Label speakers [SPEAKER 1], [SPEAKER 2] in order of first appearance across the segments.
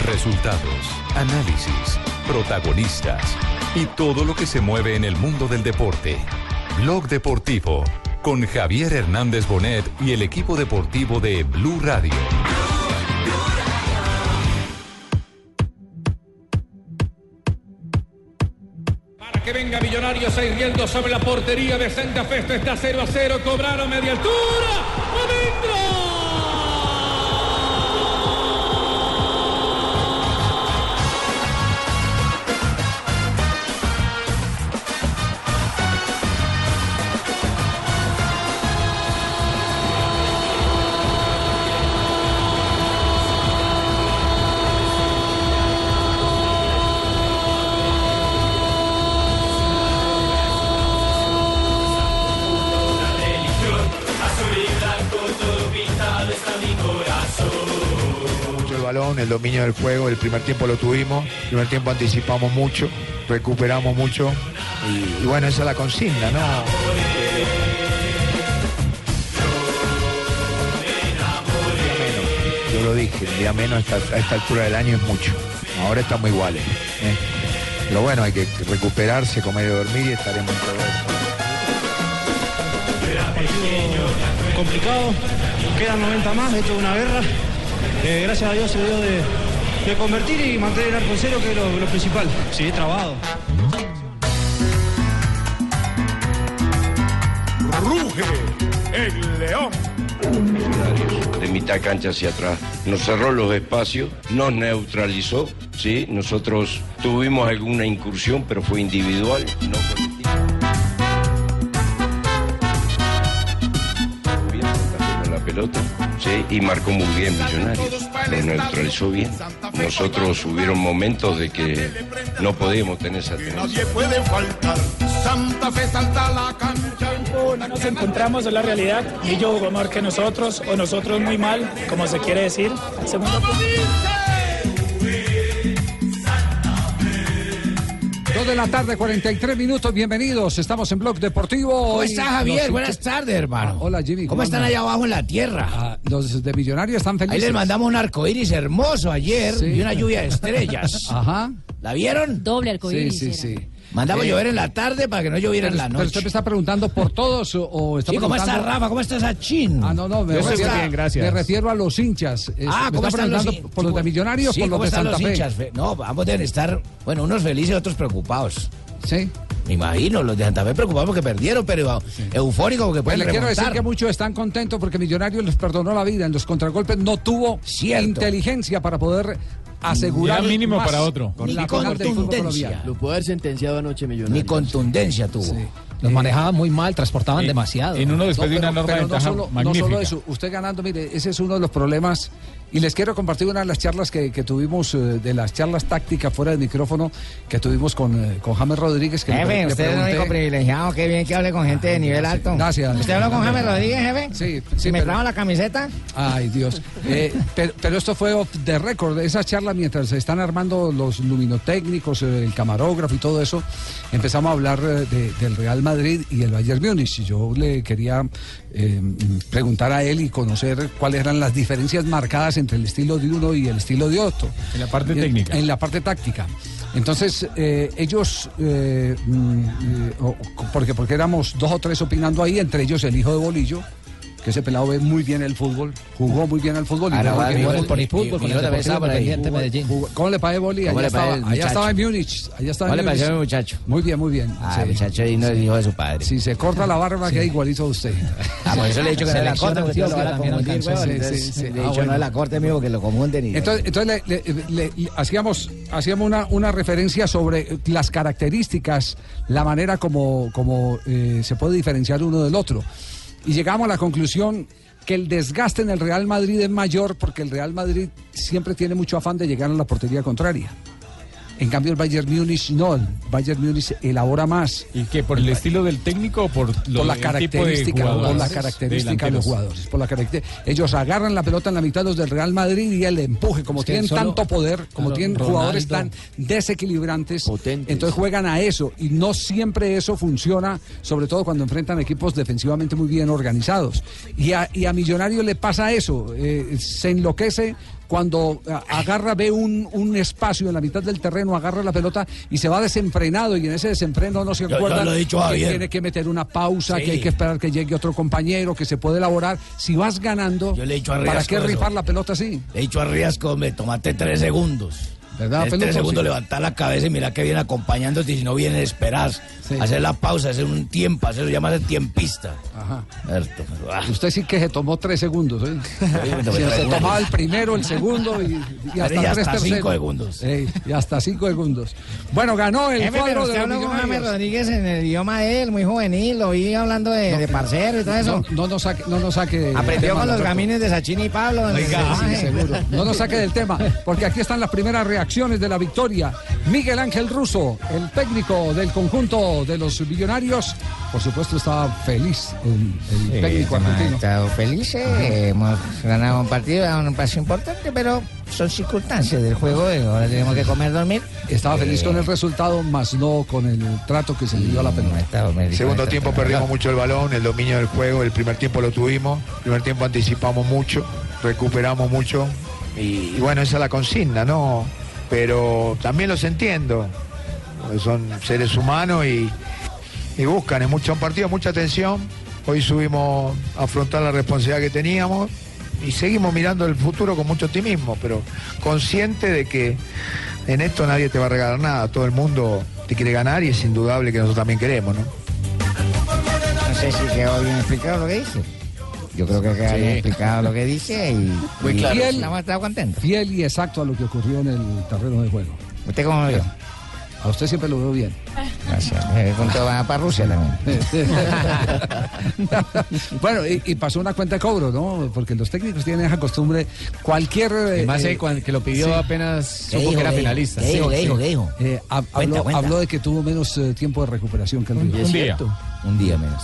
[SPEAKER 1] Resultados, análisis, protagonistas y todo lo que se mueve en el mundo del deporte. Blog Deportivo con Javier Hernández Bonet y el equipo deportivo de Blue Radio.
[SPEAKER 2] Para que venga Millonarios riendo sobre la portería de Santa Fe, esto está 0 a 0, cobraron media altura, adentro.
[SPEAKER 3] el dominio del juego. El primer tiempo lo tuvimos, el primer tiempo anticipamos mucho, recuperamos mucho. Y, y bueno, esa es la consigna, ¿no? Menos, yo lo dije, el día menos hasta, a esta altura del año es mucho. Ahora estamos iguales. ¿eh? Pero bueno, hay que recuperarse, comer y dormir y estaremos en
[SPEAKER 4] todo Complicado, quedan 90 más, de hecho una guerra. Eh, gracias a Dios se dio de, de, convertir y mantener el arco cero, que es lo, lo principal. Sí, trabado.
[SPEAKER 5] Ruge el león.
[SPEAKER 6] De mitad cancha hacia atrás. Nos cerró los espacios, nos neutralizó. ¿sí? Nosotros tuvimos alguna incursión, pero fue individual, no colectiva. La pelota. Sí, y marcó muy bien Millonarios, lo neutralizó bien. Nosotros hubieron momentos de que no podíamos tener esa tendencia.
[SPEAKER 7] Santa Fe, Santa la cancha. Nos encontramos en la realidad, y yo jugó mejor que nosotros, o nosotros muy mal, como se quiere decir. Segundo...
[SPEAKER 8] de la tarde, 43 minutos. Bienvenidos. Estamos en Blog Deportivo.
[SPEAKER 9] ¿Cómo estás, Javier? Los... Buenas tardes, hermano.
[SPEAKER 8] Ah, hola, Jimmy.
[SPEAKER 9] ¿Cómo, ¿Cómo están allá abajo en la tierra? Ah,
[SPEAKER 8] los de Millonarios están felices.
[SPEAKER 9] Ahí les mandamos un arco iris hermoso ayer sí. y una lluvia de estrellas.
[SPEAKER 8] Ajá.
[SPEAKER 9] ¿La vieron?
[SPEAKER 10] Doble arco iris.
[SPEAKER 8] Sí, sí, era. sí.
[SPEAKER 9] Mandamos eh, llover en la tarde para que no lloviera en la noche.
[SPEAKER 8] Pero usted me está preguntando por todos o, o está
[SPEAKER 9] sí,
[SPEAKER 8] ¿cómo
[SPEAKER 9] preguntando... está Rafa? ¿Cómo está Sachin?
[SPEAKER 8] Ah, no, no, me, refiero,
[SPEAKER 11] bien, gracias.
[SPEAKER 8] me refiero a los hinchas.
[SPEAKER 9] ah,
[SPEAKER 8] me
[SPEAKER 9] ¿cómo
[SPEAKER 8] está
[SPEAKER 9] están
[SPEAKER 8] preguntando
[SPEAKER 9] los
[SPEAKER 8] por los de Millonarios
[SPEAKER 9] sí,
[SPEAKER 8] por los
[SPEAKER 9] ¿cómo
[SPEAKER 8] de
[SPEAKER 9] están
[SPEAKER 8] Santa
[SPEAKER 9] los
[SPEAKER 8] Fe?
[SPEAKER 9] hinchas? Fe? No, ambos deben estar, bueno, unos felices y otros preocupados.
[SPEAKER 8] Sí.
[SPEAKER 9] Me imagino, los de Santa Fe preocupados porque perdieron, pero sí. eufóricos porque pueden
[SPEAKER 8] pues le
[SPEAKER 9] remontar.
[SPEAKER 8] quiero decir que muchos están contentos porque Millonarios les perdonó la vida. En los contragolpes no tuvo
[SPEAKER 9] Cierto.
[SPEAKER 8] inteligencia para poder asegurar
[SPEAKER 11] ya mínimo
[SPEAKER 8] más
[SPEAKER 11] para otro.
[SPEAKER 8] con
[SPEAKER 9] Ni
[SPEAKER 8] la final del fútbol
[SPEAKER 9] contundencia.
[SPEAKER 8] colombiano.
[SPEAKER 12] Lo pudo haber sentenciado anoche Millonarios.
[SPEAKER 9] Ni contundencia tuvo.
[SPEAKER 8] Sí.
[SPEAKER 13] Los
[SPEAKER 8] Eh,
[SPEAKER 13] manejaban muy mal, transportaban
[SPEAKER 11] en-
[SPEAKER 13] demasiado.
[SPEAKER 11] en uno después de una
[SPEAKER 8] pero-
[SPEAKER 11] enorme
[SPEAKER 8] pero no
[SPEAKER 11] ventaja
[SPEAKER 8] solo, no
[SPEAKER 11] magnífica.
[SPEAKER 8] solo eso, usted ganando, mire, ese es uno de los problemas. Y les quiero compartir una de las charlas que, que tuvimos, eh, de las charlas tácticas fuera del micrófono, que tuvimos con, eh, con James Rodríguez. Que le pre-
[SPEAKER 14] Jefe,
[SPEAKER 8] le
[SPEAKER 14] usted es el único
[SPEAKER 8] pregunté-
[SPEAKER 14] privilegiado. Qué bien que hable con gente de nivel alto.
[SPEAKER 8] Gracias.
[SPEAKER 14] ¿Usted habló con James Rodríguez, jefe?
[SPEAKER 8] Sí, sí,
[SPEAKER 14] ¿Y me
[SPEAKER 8] pero-
[SPEAKER 14] trajo la camiseta?
[SPEAKER 8] Ay, Dios. Eh, pero, pero esto fue off the record. Esa charla, mientras se están armando los luminotécnicos, eh, el camarógrafo y todo eso, empezamos a hablar eh, de- del Real Madrid y el Bayern Múnich. Y Yo le quería eh, preguntar a él y conocer cuáles eran las diferencias marcadas entre el estilo de uno y el estilo de otro.
[SPEAKER 11] En la parte
[SPEAKER 8] Y-
[SPEAKER 11] técnica.
[SPEAKER 8] En la parte táctica. Entonces, eh, ellos, eh, mm, eh, o- porque, porque éramos dos o tres opinando ahí, entre ellos el hijo de Bolillo, que ese pelado ve muy bien el fútbol, jugó muy bien al fútbol. y
[SPEAKER 9] Ahora
[SPEAKER 8] jugó
[SPEAKER 9] va
[SPEAKER 8] muy bien
[SPEAKER 9] Miguel
[SPEAKER 8] al
[SPEAKER 9] por
[SPEAKER 13] Por
[SPEAKER 9] el
[SPEAKER 13] el
[SPEAKER 9] fútbol,
[SPEAKER 13] fútbol,
[SPEAKER 9] con
[SPEAKER 13] con
[SPEAKER 9] el
[SPEAKER 13] el
[SPEAKER 9] Deportivo
[SPEAKER 13] Independiente Medellín.
[SPEAKER 8] Jugó- ¿Cómo le pagué Boli?
[SPEAKER 9] ¿Cómo
[SPEAKER 8] Allá
[SPEAKER 9] le pagué
[SPEAKER 8] estaba,
[SPEAKER 9] el
[SPEAKER 8] allá estaba en
[SPEAKER 9] muchacho?
[SPEAKER 8] Múnich. Allá estaba
[SPEAKER 9] ¿Cómo
[SPEAKER 8] en
[SPEAKER 9] le pareció el
[SPEAKER 8] Múnich.
[SPEAKER 9] muchacho?
[SPEAKER 8] Muy bien, muy bien.
[SPEAKER 9] Ah,
[SPEAKER 8] sí.
[SPEAKER 9] el muchacho digno del hijo de su padre.
[SPEAKER 8] Si se corta la barba, que queda igualito a usted.
[SPEAKER 9] Ah, por eso le he dicho que no es la
[SPEAKER 13] Selección
[SPEAKER 9] corte, porque todos lo van a
[SPEAKER 13] Antioquia
[SPEAKER 9] confundir,
[SPEAKER 13] también
[SPEAKER 9] weón.
[SPEAKER 8] alcanzó, sí,
[SPEAKER 9] Entonces,
[SPEAKER 8] sí,
[SPEAKER 9] Le he
[SPEAKER 8] sí. Ah,
[SPEAKER 9] dicho
[SPEAKER 8] bueno.
[SPEAKER 9] no es la corte, amigo, que lo confunden. Y...
[SPEAKER 8] Entonces, entonces le, le- le- le- hacíamos, hacíamos una, una referencia sobre eh, las características, la manera como, como eh, se puede diferenciar uno del otro. Y llegamos a la conclusión que el desgaste en el Real Madrid es mayor porque el Real Madrid siempre tiene mucho afán de llegar a la portería contraria. En cambio el Bayern Múnich no, el Bayern Múnich elabora más
[SPEAKER 11] ¿Y que por el estilo del técnico o por, lo-
[SPEAKER 8] por la
[SPEAKER 11] el
[SPEAKER 8] característica, por la
[SPEAKER 11] jugadores,
[SPEAKER 8] característica de
[SPEAKER 11] delanteros?
[SPEAKER 8] los jugadores, por la caracter- ellos agarran la pelota en la mitad los del Real Madrid y el empuje, como
[SPEAKER 13] Es que
[SPEAKER 8] tienen
[SPEAKER 13] solo-
[SPEAKER 8] tanto poder, como
[SPEAKER 13] claro,
[SPEAKER 8] tienen
[SPEAKER 13] Ronaldo-
[SPEAKER 8] jugadores tan desequilibrantes,
[SPEAKER 12] Potentes.
[SPEAKER 8] entonces juegan a eso y no siempre eso funciona, sobre todo cuando enfrentan equipos defensivamente muy bien organizados. Y a, y a Millonario le pasa eso, eh, se enloquece cu- cuando a- agarra, ve un, un espacio en la mitad del terreno, agarra la pelota y se va desenfrenado y en ese desenfreno no se
[SPEAKER 15] Yo- yo
[SPEAKER 8] acuerda
[SPEAKER 15] lo he dicho a
[SPEAKER 8] que
[SPEAKER 15] Javier.
[SPEAKER 8] tiene que meter una pausa,
[SPEAKER 15] Sí.
[SPEAKER 8] que hay que esperar que llegue otro compañero, que se puede elaborar. Si vas ganando,
[SPEAKER 15] Yo le he dicho a Riasco.
[SPEAKER 8] ¿para qué
[SPEAKER 15] eso.
[SPEAKER 8] rifar la pelota así?
[SPEAKER 15] Le he dicho a Riasco, me tomaste tres segundos.
[SPEAKER 8] ¿Verdad,
[SPEAKER 15] Es
[SPEAKER 9] Este
[SPEAKER 8] Peluco?
[SPEAKER 15] tres segundos
[SPEAKER 8] Sí.
[SPEAKER 15] levantar la cabeza y mira que viene acompañándote y si no viene esperás. Hacer la pausa, hacer un tiempo, hacer, llamarse tiempista.
[SPEAKER 8] Ajá.
[SPEAKER 15] Cierto. Ah.
[SPEAKER 8] Usted sí que se tomó tres segundos. ¿eh?
[SPEAKER 15] me tomé
[SPEAKER 8] Sí,
[SPEAKER 15] tres
[SPEAKER 8] se
[SPEAKER 15] segundos.
[SPEAKER 8] tomaba el primero, el segundo y, y hasta
[SPEAKER 15] Pero ya
[SPEAKER 8] tres
[SPEAKER 15] hasta cinco
[SPEAKER 8] terceros.
[SPEAKER 15] segundos.
[SPEAKER 8] Ey, y hasta cinco segundos. Bueno, ganó el
[SPEAKER 9] Jefe, pero
[SPEAKER 8] cuadro
[SPEAKER 9] usted
[SPEAKER 8] de
[SPEAKER 9] habló
[SPEAKER 8] los
[SPEAKER 9] con James
[SPEAKER 8] millonarios.
[SPEAKER 9] Rodríguez en el idioma de él, muy juvenil, lo vi hablando de, de parcero y todo eso.
[SPEAKER 8] No, no nos saque, no nos saque del
[SPEAKER 9] Aprendió
[SPEAKER 8] tema,
[SPEAKER 9] con los
[SPEAKER 8] Roberto.
[SPEAKER 9] gamines de Sachini y Pablo. en el
[SPEAKER 8] Sí,
[SPEAKER 9] lenguaje.
[SPEAKER 8] seguro. No nos saque del tema, porque aquí están las primeras reacciones de la victoria. Miguel Ángel Russo, el técnico del conjunto de los millonarios, por supuesto estaba feliz el, el
[SPEAKER 9] Sí,
[SPEAKER 8] técnico
[SPEAKER 9] hemos
[SPEAKER 8] argentino.
[SPEAKER 9] estado felices, hemos ganado un partido, era un paso importante, pero son circunstancias del juego, eh, ahora tenemos que comer, dormir.
[SPEAKER 8] Estaba feliz
[SPEAKER 9] Eh,
[SPEAKER 8] con el resultado, más no con el trato que se le dio a la pelota.
[SPEAKER 3] Segundo tiempo perdimos mucho el balón, el dominio del juego, el primer tiempo lo tuvimos, primer tiempo anticipamos mucho, recuperamos mucho y, y bueno, esa es la consigna, ¿no? Pero también los entiendo, porque son seres humanos y, y buscan, es mucho un partido, mucha tensión, hoy subimos a afrontar la responsabilidad que teníamos y seguimos mirando el futuro con mucho optimismo, pero consciente de que en esto nadie te va a regalar nada, todo el mundo te quiere ganar y es indudable que nosotros también queremos, ¿no?
[SPEAKER 9] No sé si quedó bien explicado lo que dije. Yo creo que quedó bien explicado lo que dije y, y
[SPEAKER 8] Fiel,
[SPEAKER 9] estamos estamos contentos.
[SPEAKER 8] fiel y exacto a lo que ocurrió en el terreno de juego.
[SPEAKER 9] ¿Usted cómo lo vio?
[SPEAKER 8] A usted siempre lo veo bien.
[SPEAKER 9] Gracias. Eh, con todo va para Rusia también.
[SPEAKER 8] bueno, y, y pasó una cuenta de cobro, ¿no? Porque los técnicos tienen esa costumbre. Cualquier. eh,
[SPEAKER 11] Además,
[SPEAKER 8] eh,
[SPEAKER 11] eh, cuando- que lo pidió
[SPEAKER 8] sí.
[SPEAKER 11] apenas supo
[SPEAKER 8] dijo,
[SPEAKER 11] que era
[SPEAKER 8] qué dijo?
[SPEAKER 11] penalista.
[SPEAKER 8] ¿Qué dijo, qué dijo, qué
[SPEAKER 11] dijo?
[SPEAKER 8] Eh, hab-
[SPEAKER 11] Cuenta,
[SPEAKER 8] habló,
[SPEAKER 11] cuenta.
[SPEAKER 8] habló de que tuvo menos eh, tiempo de recuperación que el Río.
[SPEAKER 3] es cierto.
[SPEAKER 15] Un día menos.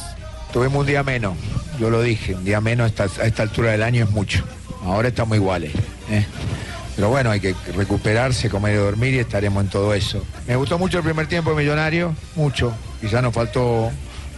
[SPEAKER 3] Tuvimos un día menos, yo lo dije, un día menos a esta, a esta altura del año es mucho. Ahora estamos iguales. ¿eh? Pero bueno, hay que recuperarse, comer y dormir y estaremos en todo eso. Me gustó mucho el primer tiempo de Millonario, mucho. Quizá nos faltó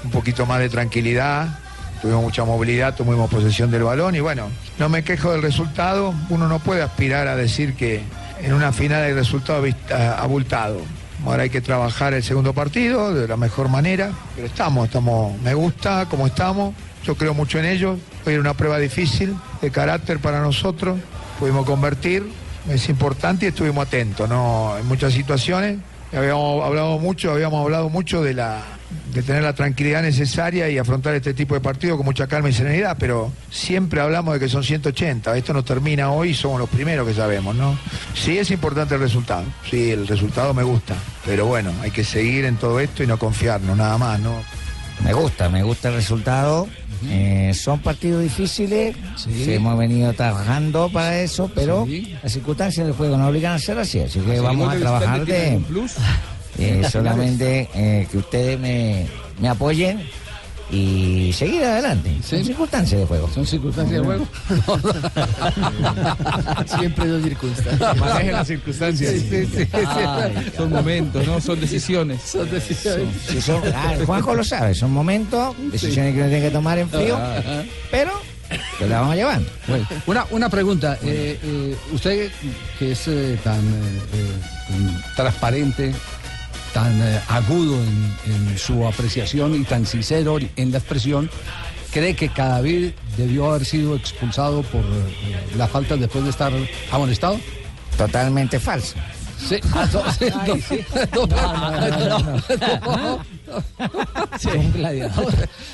[SPEAKER 3] un poquito más de tranquilidad, tuvimos mucha movilidad, tuvimos posesión del balón y bueno, no me quejo del resultado. Uno no puede aspirar a decir que en una final hay resultado avist- a- abultado. Ahora hay que trabajar el segundo partido de la mejor manera. Pero estamos, estamos, me gusta cómo estamos. Yo creo mucho en ellos. Hoy era una prueba difícil de carácter para nosotros. Pudimos convertir, es importante y estuvimos atentos, ¿no? En muchas situaciones. Habíamos hablado mucho, habíamos hablado mucho de la de tener la tranquilidad necesaria y afrontar este tipo de partido con mucha calma y serenidad, pero siempre hablamos de que son 180, esto no termina hoy y somos los primeros que sabemos, ¿no? Sí es importante el resultado, sí, el resultado me gusta, pero bueno, hay que seguir en todo esto y no confiarnos, nada más, ¿no?
[SPEAKER 9] Me gusta, me gusta el resultado. Eh, son partidos difíciles, sí, hemos venido trabajando para eso, pero las circunstancias del juego nos obligan a hacer así, así que vamos a trabajar de... Eh, solamente eh, que ustedes me, me apoyen y seguir adelante. Son circunstancias de juego.
[SPEAKER 8] Son circunstancias de juego.
[SPEAKER 13] Siempre dos circunstancias.
[SPEAKER 11] Maneje las circunstancias. Ay, son momentos, ¿no? Son decisiones. Son decisiones.
[SPEAKER 9] Sí, son- ah, Juanjo lo sabe, son momentos, decisiones que uno tiene que tomar en frío,
[SPEAKER 8] Ah, Ajá.
[SPEAKER 9] pero que la vamos llevando.
[SPEAKER 8] Bueno, una, una pregunta. eh, eh, usted, que es eh, tan, eh, eh, tan transparente, tan eh, agudo en, en su apreciación y tan sincero en la expresión, ¿cree que Cadavid debió haber sido expulsado por eh, eh, la falta después de estar amonestado?
[SPEAKER 9] Totalmente falso.
[SPEAKER 8] Sí, ah, no, sí, no, no, no, no, no.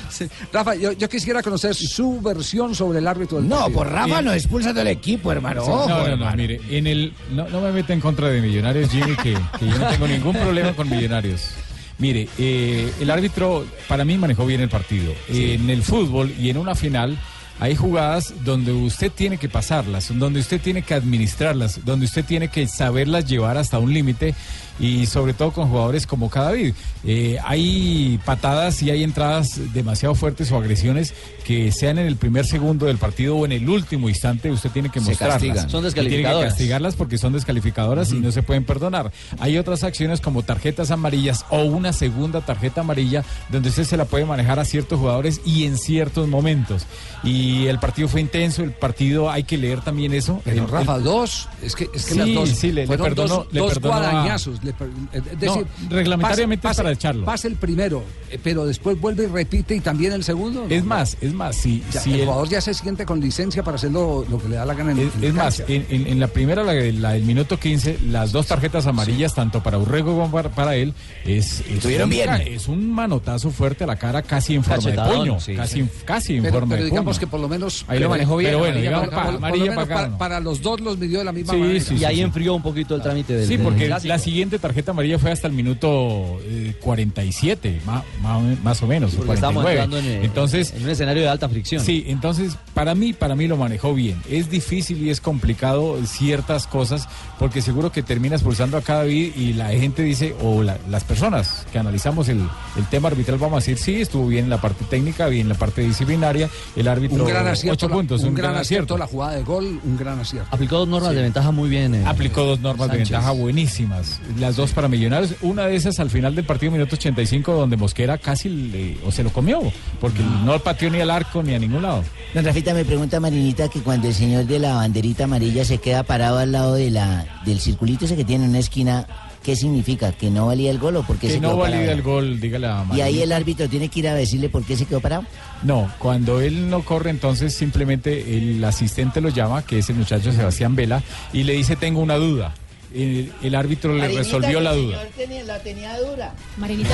[SPEAKER 8] Sí. Rafa, yo, yo quisiera conocer su versión sobre el árbitro del
[SPEAKER 15] No,
[SPEAKER 8] partido.
[SPEAKER 15] por Rafa nos expulsa del equipo, hermano.
[SPEAKER 11] Sí,
[SPEAKER 15] Ojo,
[SPEAKER 11] no, no, no,
[SPEAKER 15] hermano.
[SPEAKER 11] mire, en el, no, no me meta en contra de Millonarios, Jimmy, que, que yo no tengo ningún problema con Millonarios. Mire, eh, el árbitro para mí manejó bien el partido. En el fútbol y en una final hay jugadas donde usted tiene que pasarlas, donde usted tiene que administrarlas, donde usted tiene que saberlas llevar hasta un límite y sobre todo con jugadores como Cadavid. Eh, hay patadas y hay entradas demasiado fuertes o agresiones que sean en el primer segundo del partido o en el último instante usted tiene que
[SPEAKER 13] Se
[SPEAKER 11] mostrarlas.
[SPEAKER 13] castigan. Son
[SPEAKER 11] Y Tiene que
[SPEAKER 13] descalificadoras.
[SPEAKER 11] castigarlas porque son descalificadoras y no se pueden perdonar. Hay otras acciones como tarjetas amarillas o una segunda tarjeta amarilla donde usted se la puede manejar a ciertos jugadores y en ciertos momentos. Y y el partido fue intenso, el partido hay que leer también eso.
[SPEAKER 8] Pero,
[SPEAKER 11] El-
[SPEAKER 8] Rafa,
[SPEAKER 11] el-
[SPEAKER 8] dos, es que, es que
[SPEAKER 11] Sí,
[SPEAKER 8] las dos
[SPEAKER 11] sí, le- le
[SPEAKER 8] fueron
[SPEAKER 11] perdonó-
[SPEAKER 8] dos,
[SPEAKER 11] le
[SPEAKER 8] dos
[SPEAKER 11] perdonó a-
[SPEAKER 8] guadañazos. le per- eh, es decir,
[SPEAKER 11] No, reglamentariamente
[SPEAKER 8] pase-
[SPEAKER 11] es para
[SPEAKER 8] pase-
[SPEAKER 11] echarlo.
[SPEAKER 8] Pasa el primero, eh, pero después vuelve y repite y también el segundo.
[SPEAKER 11] Es más, es más, si,
[SPEAKER 8] Ya,
[SPEAKER 11] si
[SPEAKER 8] el
[SPEAKER 11] el-
[SPEAKER 8] jugador ya se siente con licencia para hacer lo, lo que le da la gana en, en la
[SPEAKER 11] es más,
[SPEAKER 8] cancha.
[SPEAKER 11] en, en- en la primera, la, de- la del minuto 15, las dos tarjetas amarillas, tanto para Urrego como para, para él, es, es,
[SPEAKER 16] Estuvieron
[SPEAKER 11] un,
[SPEAKER 16] bien.
[SPEAKER 11] ca- es un manotazo fuerte a la cara, casi en forma de
[SPEAKER 16] Cachetadón,
[SPEAKER 11] puño.
[SPEAKER 16] sí,
[SPEAKER 11] casi,
[SPEAKER 16] sí.
[SPEAKER 11] en- casi en
[SPEAKER 8] pero,
[SPEAKER 11] forma
[SPEAKER 8] pero
[SPEAKER 11] de
[SPEAKER 8] digamos
[SPEAKER 11] puño.
[SPEAKER 8] que por lo menos
[SPEAKER 11] Ahí lo manejó bien,
[SPEAKER 8] pero bueno,
[SPEAKER 11] amarilla
[SPEAKER 8] digamos,
[SPEAKER 11] para acá,
[SPEAKER 8] por- por lo
[SPEAKER 11] amarilla
[SPEAKER 8] menos
[SPEAKER 11] para acá,
[SPEAKER 8] para,
[SPEAKER 11] ¿no?
[SPEAKER 8] para los dos los midió de la misma
[SPEAKER 11] Sí,
[SPEAKER 8] manera.
[SPEAKER 11] sí, sí,
[SPEAKER 17] y ahí
[SPEAKER 11] sí.
[SPEAKER 17] enfrió un poquito el trámite del
[SPEAKER 11] Sí,
[SPEAKER 17] del
[SPEAKER 11] porque
[SPEAKER 17] clásico.
[SPEAKER 11] la siguiente tarjeta amarilla fue hasta el minuto eh, 47, ma- ma- más, o menos.
[SPEAKER 17] Porque estábamos
[SPEAKER 11] 49.
[SPEAKER 17] entrando en, eh,
[SPEAKER 11] entonces,
[SPEAKER 17] en un escenario de alta fricción.
[SPEAKER 11] Sí, entonces para mí, para mí lo manejó bien. Es difícil y es complicado ciertas cosas porque seguro que termina expulsando a cada David y la gente dice, o la- las personas que analizamos el, el tema arbitral vamos a decir, sí, estuvo bien en la parte técnica, bien en la parte disciplinaria, el árbitro
[SPEAKER 8] Un gran acierto,
[SPEAKER 11] ocho
[SPEAKER 8] la,
[SPEAKER 11] puntos,
[SPEAKER 8] un, gran, acierto la jugada de gol, un gran acierto.
[SPEAKER 17] Aplicó dos normas
[SPEAKER 11] Sí.
[SPEAKER 17] de ventaja muy bien. eh,
[SPEAKER 11] Aplicó dos normas
[SPEAKER 17] Sánchez.
[SPEAKER 11] de ventaja buenísimas, las dos para Millonarios, una de esas al final del partido, minuto 85, donde Mosquera casi le- o se lo comió, porque
[SPEAKER 17] Ah.
[SPEAKER 11] no pateó ni al arco ni a ningún lado.
[SPEAKER 18] Don Rafita me pregunta Marinita que cuando el señor de la banderita amarilla se queda parado al lado de la, del circulito ese que tiene en una esquina, ¿qué significa? ¿Que no valía el gol o por qué
[SPEAKER 11] Que
[SPEAKER 18] se
[SPEAKER 11] no
[SPEAKER 18] quedó
[SPEAKER 11] valida
[SPEAKER 18] parado?
[SPEAKER 11] el gol, dígale a
[SPEAKER 18] Y ahí
[SPEAKER 11] Marinita.
[SPEAKER 18] el árbitro tiene que ir a decirle por qué se quedó parado.
[SPEAKER 11] No, cuando él no corre, entonces simplemente el asistente lo llama, que es el muchacho Sebastián Vela, y le dice, tengo una duda. El, el árbitro le resolvió la duda.
[SPEAKER 18] la tenía dura.
[SPEAKER 19] Marinita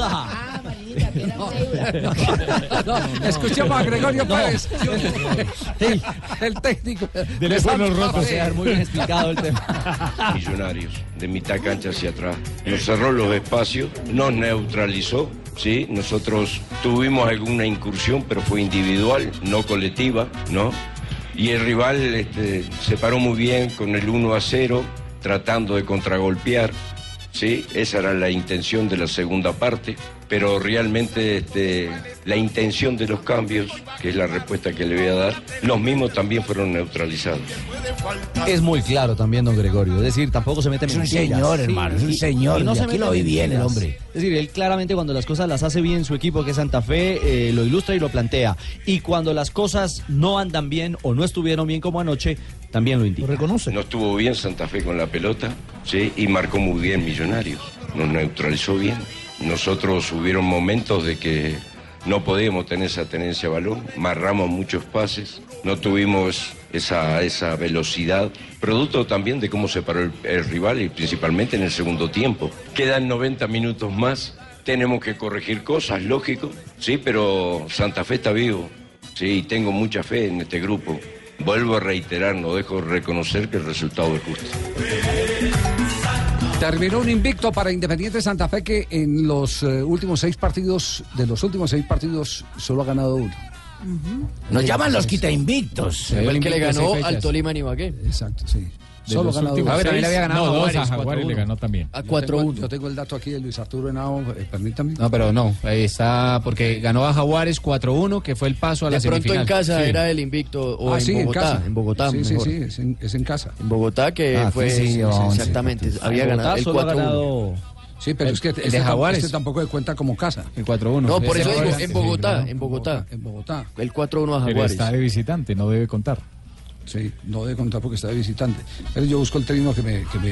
[SPEAKER 20] Ah,
[SPEAKER 8] No, escuchemos a Gregorio
[SPEAKER 17] No.
[SPEAKER 8] Pérez. El, técnico.
[SPEAKER 17] Del
[SPEAKER 8] Santa
[SPEAKER 17] O
[SPEAKER 8] Fe.
[SPEAKER 17] sea, es muy bien explicado el tema.
[SPEAKER 6] Millonarios, de mitad cancha hacia atrás. Nos cerró los espacios, nos neutralizó. Sí, nosotros tuvimos alguna incursión, pero fue individual, no colectiva, ¿no? Y el rival este, se paró muy bien con el 1 a 0, tratando de contragolpear. Sí, esa era la intención de la segunda parte, pero realmente este, la intención de los cambios, que es la respuesta que le voy a dar, los mismos también fueron neutralizados.
[SPEAKER 17] Es muy claro también, don Gregorio. Es decir, tampoco se mete en
[SPEAKER 6] Es un
[SPEAKER 17] mentiras.
[SPEAKER 6] señor, hermano, es un
[SPEAKER 17] Y-
[SPEAKER 6] señor, y
[SPEAKER 17] se
[SPEAKER 6] aquí
[SPEAKER 17] mete
[SPEAKER 6] lo vi
[SPEAKER 17] en
[SPEAKER 6] bien el
[SPEAKER 17] mentiras.
[SPEAKER 6] hombre.
[SPEAKER 17] Es decir, él claramente cuando las cosas las hace bien su equipo, que es Santa Fe, eh, lo ilustra y lo plantea. Y cuando las cosas no andan bien o no estuvieron bien como anoche, también lo indica. reconoce.
[SPEAKER 6] No estuvo bien Santa Fe con la pelota, sí, y marcó muy bien Millonarios. Nos neutralizó bien. Nosotros hubieron momentos de que no podíamos tener esa tenencia de balón, marramos muchos pases, no tuvimos esa, esa velocidad, producto también de cómo se paró el, el rival y principalmente en el segundo tiempo. Quedan 90 minutos más, tenemos que corregir cosas, lógico, sí, pero Santa Fe está vivo, sí, y tengo mucha fe en este grupo. Vuelvo a reiterar, no dejo de reconocer que el resultado es justo.
[SPEAKER 8] Terminó un invicto para Independiente Santa Fe que en los eh, últimos seis partidos, de los últimos seis partidos, solo ha ganado uno.
[SPEAKER 9] Nos llaman los quita invictos.
[SPEAKER 8] Fue
[SPEAKER 10] El que le ganó
[SPEAKER 8] seis
[SPEAKER 10] al
[SPEAKER 8] fechas.
[SPEAKER 10] Tolima en Ibagué. Exacto,
[SPEAKER 8] sí.
[SPEAKER 10] De
[SPEAKER 8] Solo
[SPEAKER 10] los
[SPEAKER 8] ganado
[SPEAKER 10] últimos
[SPEAKER 8] uno.
[SPEAKER 10] seis, no, dos a Jaguares le
[SPEAKER 11] ganó también.
[SPEAKER 10] A
[SPEAKER 8] Yo
[SPEAKER 10] 4-1.
[SPEAKER 8] tengo- Yo tengo el dato aquí de Luis Arturo Henao, eh, permítame.
[SPEAKER 10] No, pero no, ahí está, porque ganó a Jaguares 4-1, que fue el paso a la De pronto semifinal. en casa Sí. era el invicto, o Ah, en sí, en Bogotá, casa. en Bogotá, Sí, sí, mejor.
[SPEAKER 8] Sí, es en, es en casa.
[SPEAKER 10] En Bogotá que
[SPEAKER 8] Ah,
[SPEAKER 10] fue,
[SPEAKER 8] sí, sí,
[SPEAKER 10] sí,
[SPEAKER 8] once,
[SPEAKER 10] exactamente,
[SPEAKER 8] exacto.
[SPEAKER 10] había
[SPEAKER 8] En
[SPEAKER 10] ganado el
[SPEAKER 8] Bogotá solo ha
[SPEAKER 10] 4-1.
[SPEAKER 8] ganado- Sí, pero
[SPEAKER 10] El-
[SPEAKER 8] es que
[SPEAKER 10] el de
[SPEAKER 8] este, tam-
[SPEAKER 10] Jaguares.
[SPEAKER 8] este tampoco se cuenta como casa.
[SPEAKER 10] El 4-1. No, por eso digo, en Bogotá, en Bogotá.
[SPEAKER 8] En Bogotá.
[SPEAKER 10] El 4-1 a
[SPEAKER 11] Pero
[SPEAKER 10] Jaguares.
[SPEAKER 11] está de visitante, no debe contar.
[SPEAKER 8] Sí, no de contar porque está de visitante. Pero yo busco el término que me... Que me...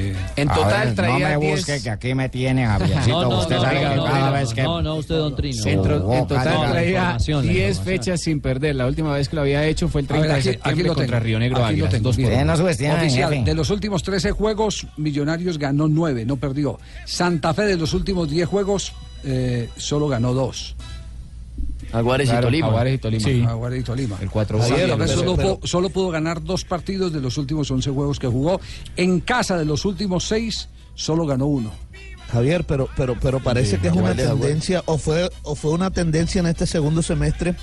[SPEAKER 9] A ver, No me busque que aquí me tiene, Javiercito.
[SPEAKER 8] No, no,
[SPEAKER 9] usted
[SPEAKER 8] no,
[SPEAKER 9] sabe
[SPEAKER 8] no,
[SPEAKER 9] que
[SPEAKER 8] no,
[SPEAKER 9] cada
[SPEAKER 8] no,
[SPEAKER 9] vez que.
[SPEAKER 17] No, no, usted, don Trino.
[SPEAKER 9] En tro-
[SPEAKER 10] En total
[SPEAKER 9] la
[SPEAKER 10] traía
[SPEAKER 9] información, la
[SPEAKER 10] 10 fechas sin perder. La última vez que lo había hecho fue el
[SPEAKER 8] A ver,
[SPEAKER 10] 30 de
[SPEAKER 8] aquí-
[SPEAKER 10] septiembre
[SPEAKER 8] aquí lo
[SPEAKER 10] contra
[SPEAKER 8] tengo.
[SPEAKER 10] Río Negro
[SPEAKER 8] Aquí lo
[SPEAKER 10] Águilas.
[SPEAKER 8] tengo.
[SPEAKER 10] dos por
[SPEAKER 8] Mire,
[SPEAKER 10] uno.
[SPEAKER 8] Oficial, de los últimos 13 juegos, Millonarios ganó 9, no perdió. Santa Fe de los últimos 10 juegos, eh, solo ganó 2.
[SPEAKER 10] Jaguares y
[SPEAKER 8] Claro,
[SPEAKER 10] Tolima.
[SPEAKER 8] Jaguares y Tolima.
[SPEAKER 10] Sí.
[SPEAKER 8] Jaguares y Tolima.
[SPEAKER 10] El 4
[SPEAKER 8] Javier, solo, pudo, solo pudo ganar dos partidos de los últimos 11 juegos que jugó. En casa de los últimos 6, solo ganó uno.
[SPEAKER 21] Javier, pero, pero, pero parece
[SPEAKER 8] Sí,
[SPEAKER 21] que es una
[SPEAKER 8] Nahuel de Nahuel.
[SPEAKER 21] tendencia, o fue, o fue una tendencia en este segundo semestre,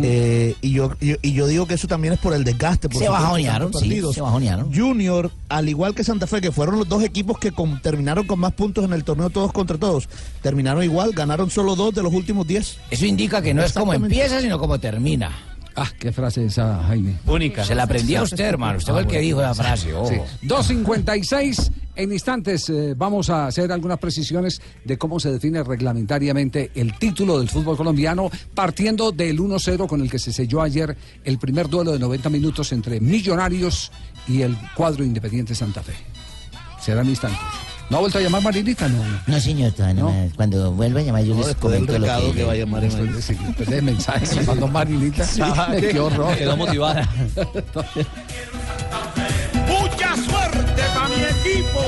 [SPEAKER 21] eh, y, yo, yo- y yo digo que eso también es por el desgaste. Por
[SPEAKER 9] Se
[SPEAKER 21] supuesto,
[SPEAKER 9] bajonearon,
[SPEAKER 21] tantos
[SPEAKER 9] sí,
[SPEAKER 21] partidos.
[SPEAKER 9] se bajonearon.
[SPEAKER 21] Junior, al igual que Santa Fe, que fueron los dos equipos que con- terminaron con más puntos en el torneo todos contra todos, terminaron igual, ganaron solo dos de los últimos diez.
[SPEAKER 9] Eso indica que no es como
[SPEAKER 21] Exactamente.
[SPEAKER 9] empieza, sino como termina.
[SPEAKER 8] Ah, qué frase esa, Jaime. Oh.
[SPEAKER 9] Se la aprendí a usted, hermano. Usted fue el que dijo la frase. ojo.
[SPEAKER 8] Sí. 2.56 En instantes eh, vamos a hacer algunas precisiones de cómo se define reglamentariamente el título del fútbol colombiano, partiendo del 1-0 con el que se selló ayer el primer duelo de 90 minutos entre Millonarios y el cuadro Independiente Santa Fe. Serán instantes. ¿No ha vuelto a llamar Marinita? No,
[SPEAKER 18] no señor, todavía no. Cuando vuelva a llamar yo les comento lo que...
[SPEAKER 8] va a llamar de mensajes que mandó Marinita.
[SPEAKER 18] Sí.
[SPEAKER 8] Qué horror.
[SPEAKER 17] Quedó motivada.
[SPEAKER 22] Mucha suerte para mi equipo.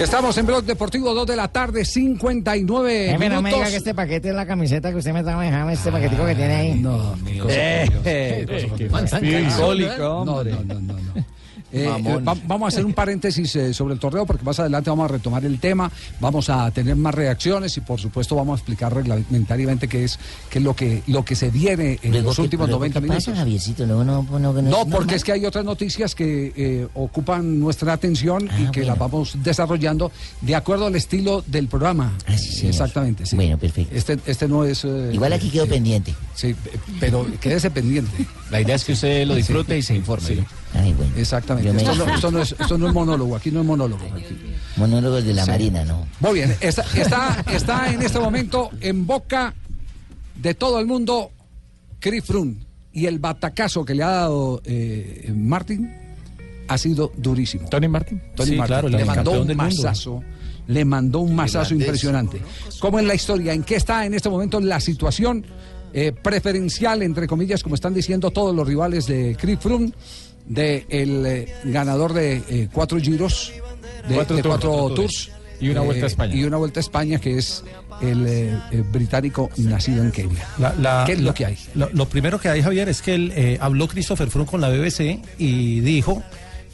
[SPEAKER 8] Estamos en Blog Deportivo 2 de la tarde, 59
[SPEAKER 9] Eh, pero no me diga
[SPEAKER 8] minutos.
[SPEAKER 9] que este paquete es la camiseta que usted me trajo, déjame este paquetico que tiene ahí.
[SPEAKER 8] No,
[SPEAKER 9] amigo.
[SPEAKER 8] Cosa curiosa, qué cosa curiosa. Sí.
[SPEAKER 9] alcohólico,
[SPEAKER 8] No, no, no, no. no. Eh,
[SPEAKER 9] Mamón.
[SPEAKER 8] eh, va- vamos a hacer un paréntesis eh, sobre el torneo porque más adelante vamos a retomar el tema, vamos a tener más reacciones y por supuesto vamos a explicar reglamentariamente qué es, qué es lo que lo que se viene en
[SPEAKER 18] Luego,
[SPEAKER 8] los
[SPEAKER 18] ¿qué-
[SPEAKER 8] últimos
[SPEAKER 18] luego
[SPEAKER 8] 90
[SPEAKER 18] qué
[SPEAKER 8] minutos.
[SPEAKER 18] pasa, Javiercito? Luego no, pues, no, no, no-
[SPEAKER 8] No, porque es que hay otras noticias que eh, ocupan nuestra atención y
[SPEAKER 18] Ah,
[SPEAKER 8] que las vamos desarrollando de acuerdo al estilo del programa. Exactamente, sí. Bueno,
[SPEAKER 18] perfecto.
[SPEAKER 8] Este, este no es... eh,
[SPEAKER 18] Igual aquí quedó
[SPEAKER 8] sí.
[SPEAKER 18] pendiente.
[SPEAKER 8] Sí, pe- pero quédese pendiente. La idea es que usted
[SPEAKER 18] lo disfrute
[SPEAKER 8] y se informe. Exactamente.
[SPEAKER 18] Yo me-
[SPEAKER 8] Esto no, esto no es, esto no es monólogo, aquí no es monólogo. aquí.
[SPEAKER 18] Monólogos de la
[SPEAKER 8] Sí.
[SPEAKER 18] Marina, ¿no?
[SPEAKER 8] Muy bien, está, está, está en este momento en boca de todo el mundo Chris Froome y el batacazo que le ha dado eh, Martin ha sido durísimo. Tony Martin. Tony
[SPEAKER 11] Sí, claro, el
[SPEAKER 8] le mandó
[SPEAKER 11] campeón
[SPEAKER 8] un
[SPEAKER 11] del mundo.
[SPEAKER 8] masazo. Le mandó un masazo
[SPEAKER 11] Irlandés.
[SPEAKER 8] impresionante. ¿Cómo es la historia? ¿En qué está en este momento la situación eh, preferencial, entre comillas, como están diciendo todos los rivales de Chris Froome, del ganador de eh, cuatro giros, de de cuatro,
[SPEAKER 11] Cuatro tours, cuatro
[SPEAKER 8] tours, eh,
[SPEAKER 11] tours. Y una vuelta a España.
[SPEAKER 8] Y una vuelta a España, que es el eh, eh, británico nacido en Kenia.
[SPEAKER 19] La- la-
[SPEAKER 8] ¿Qué es lo que hay?
[SPEAKER 19] Lo, lo primero que hay, Javier, es que él, eh, habló Christopher Froome con la BBC y dijo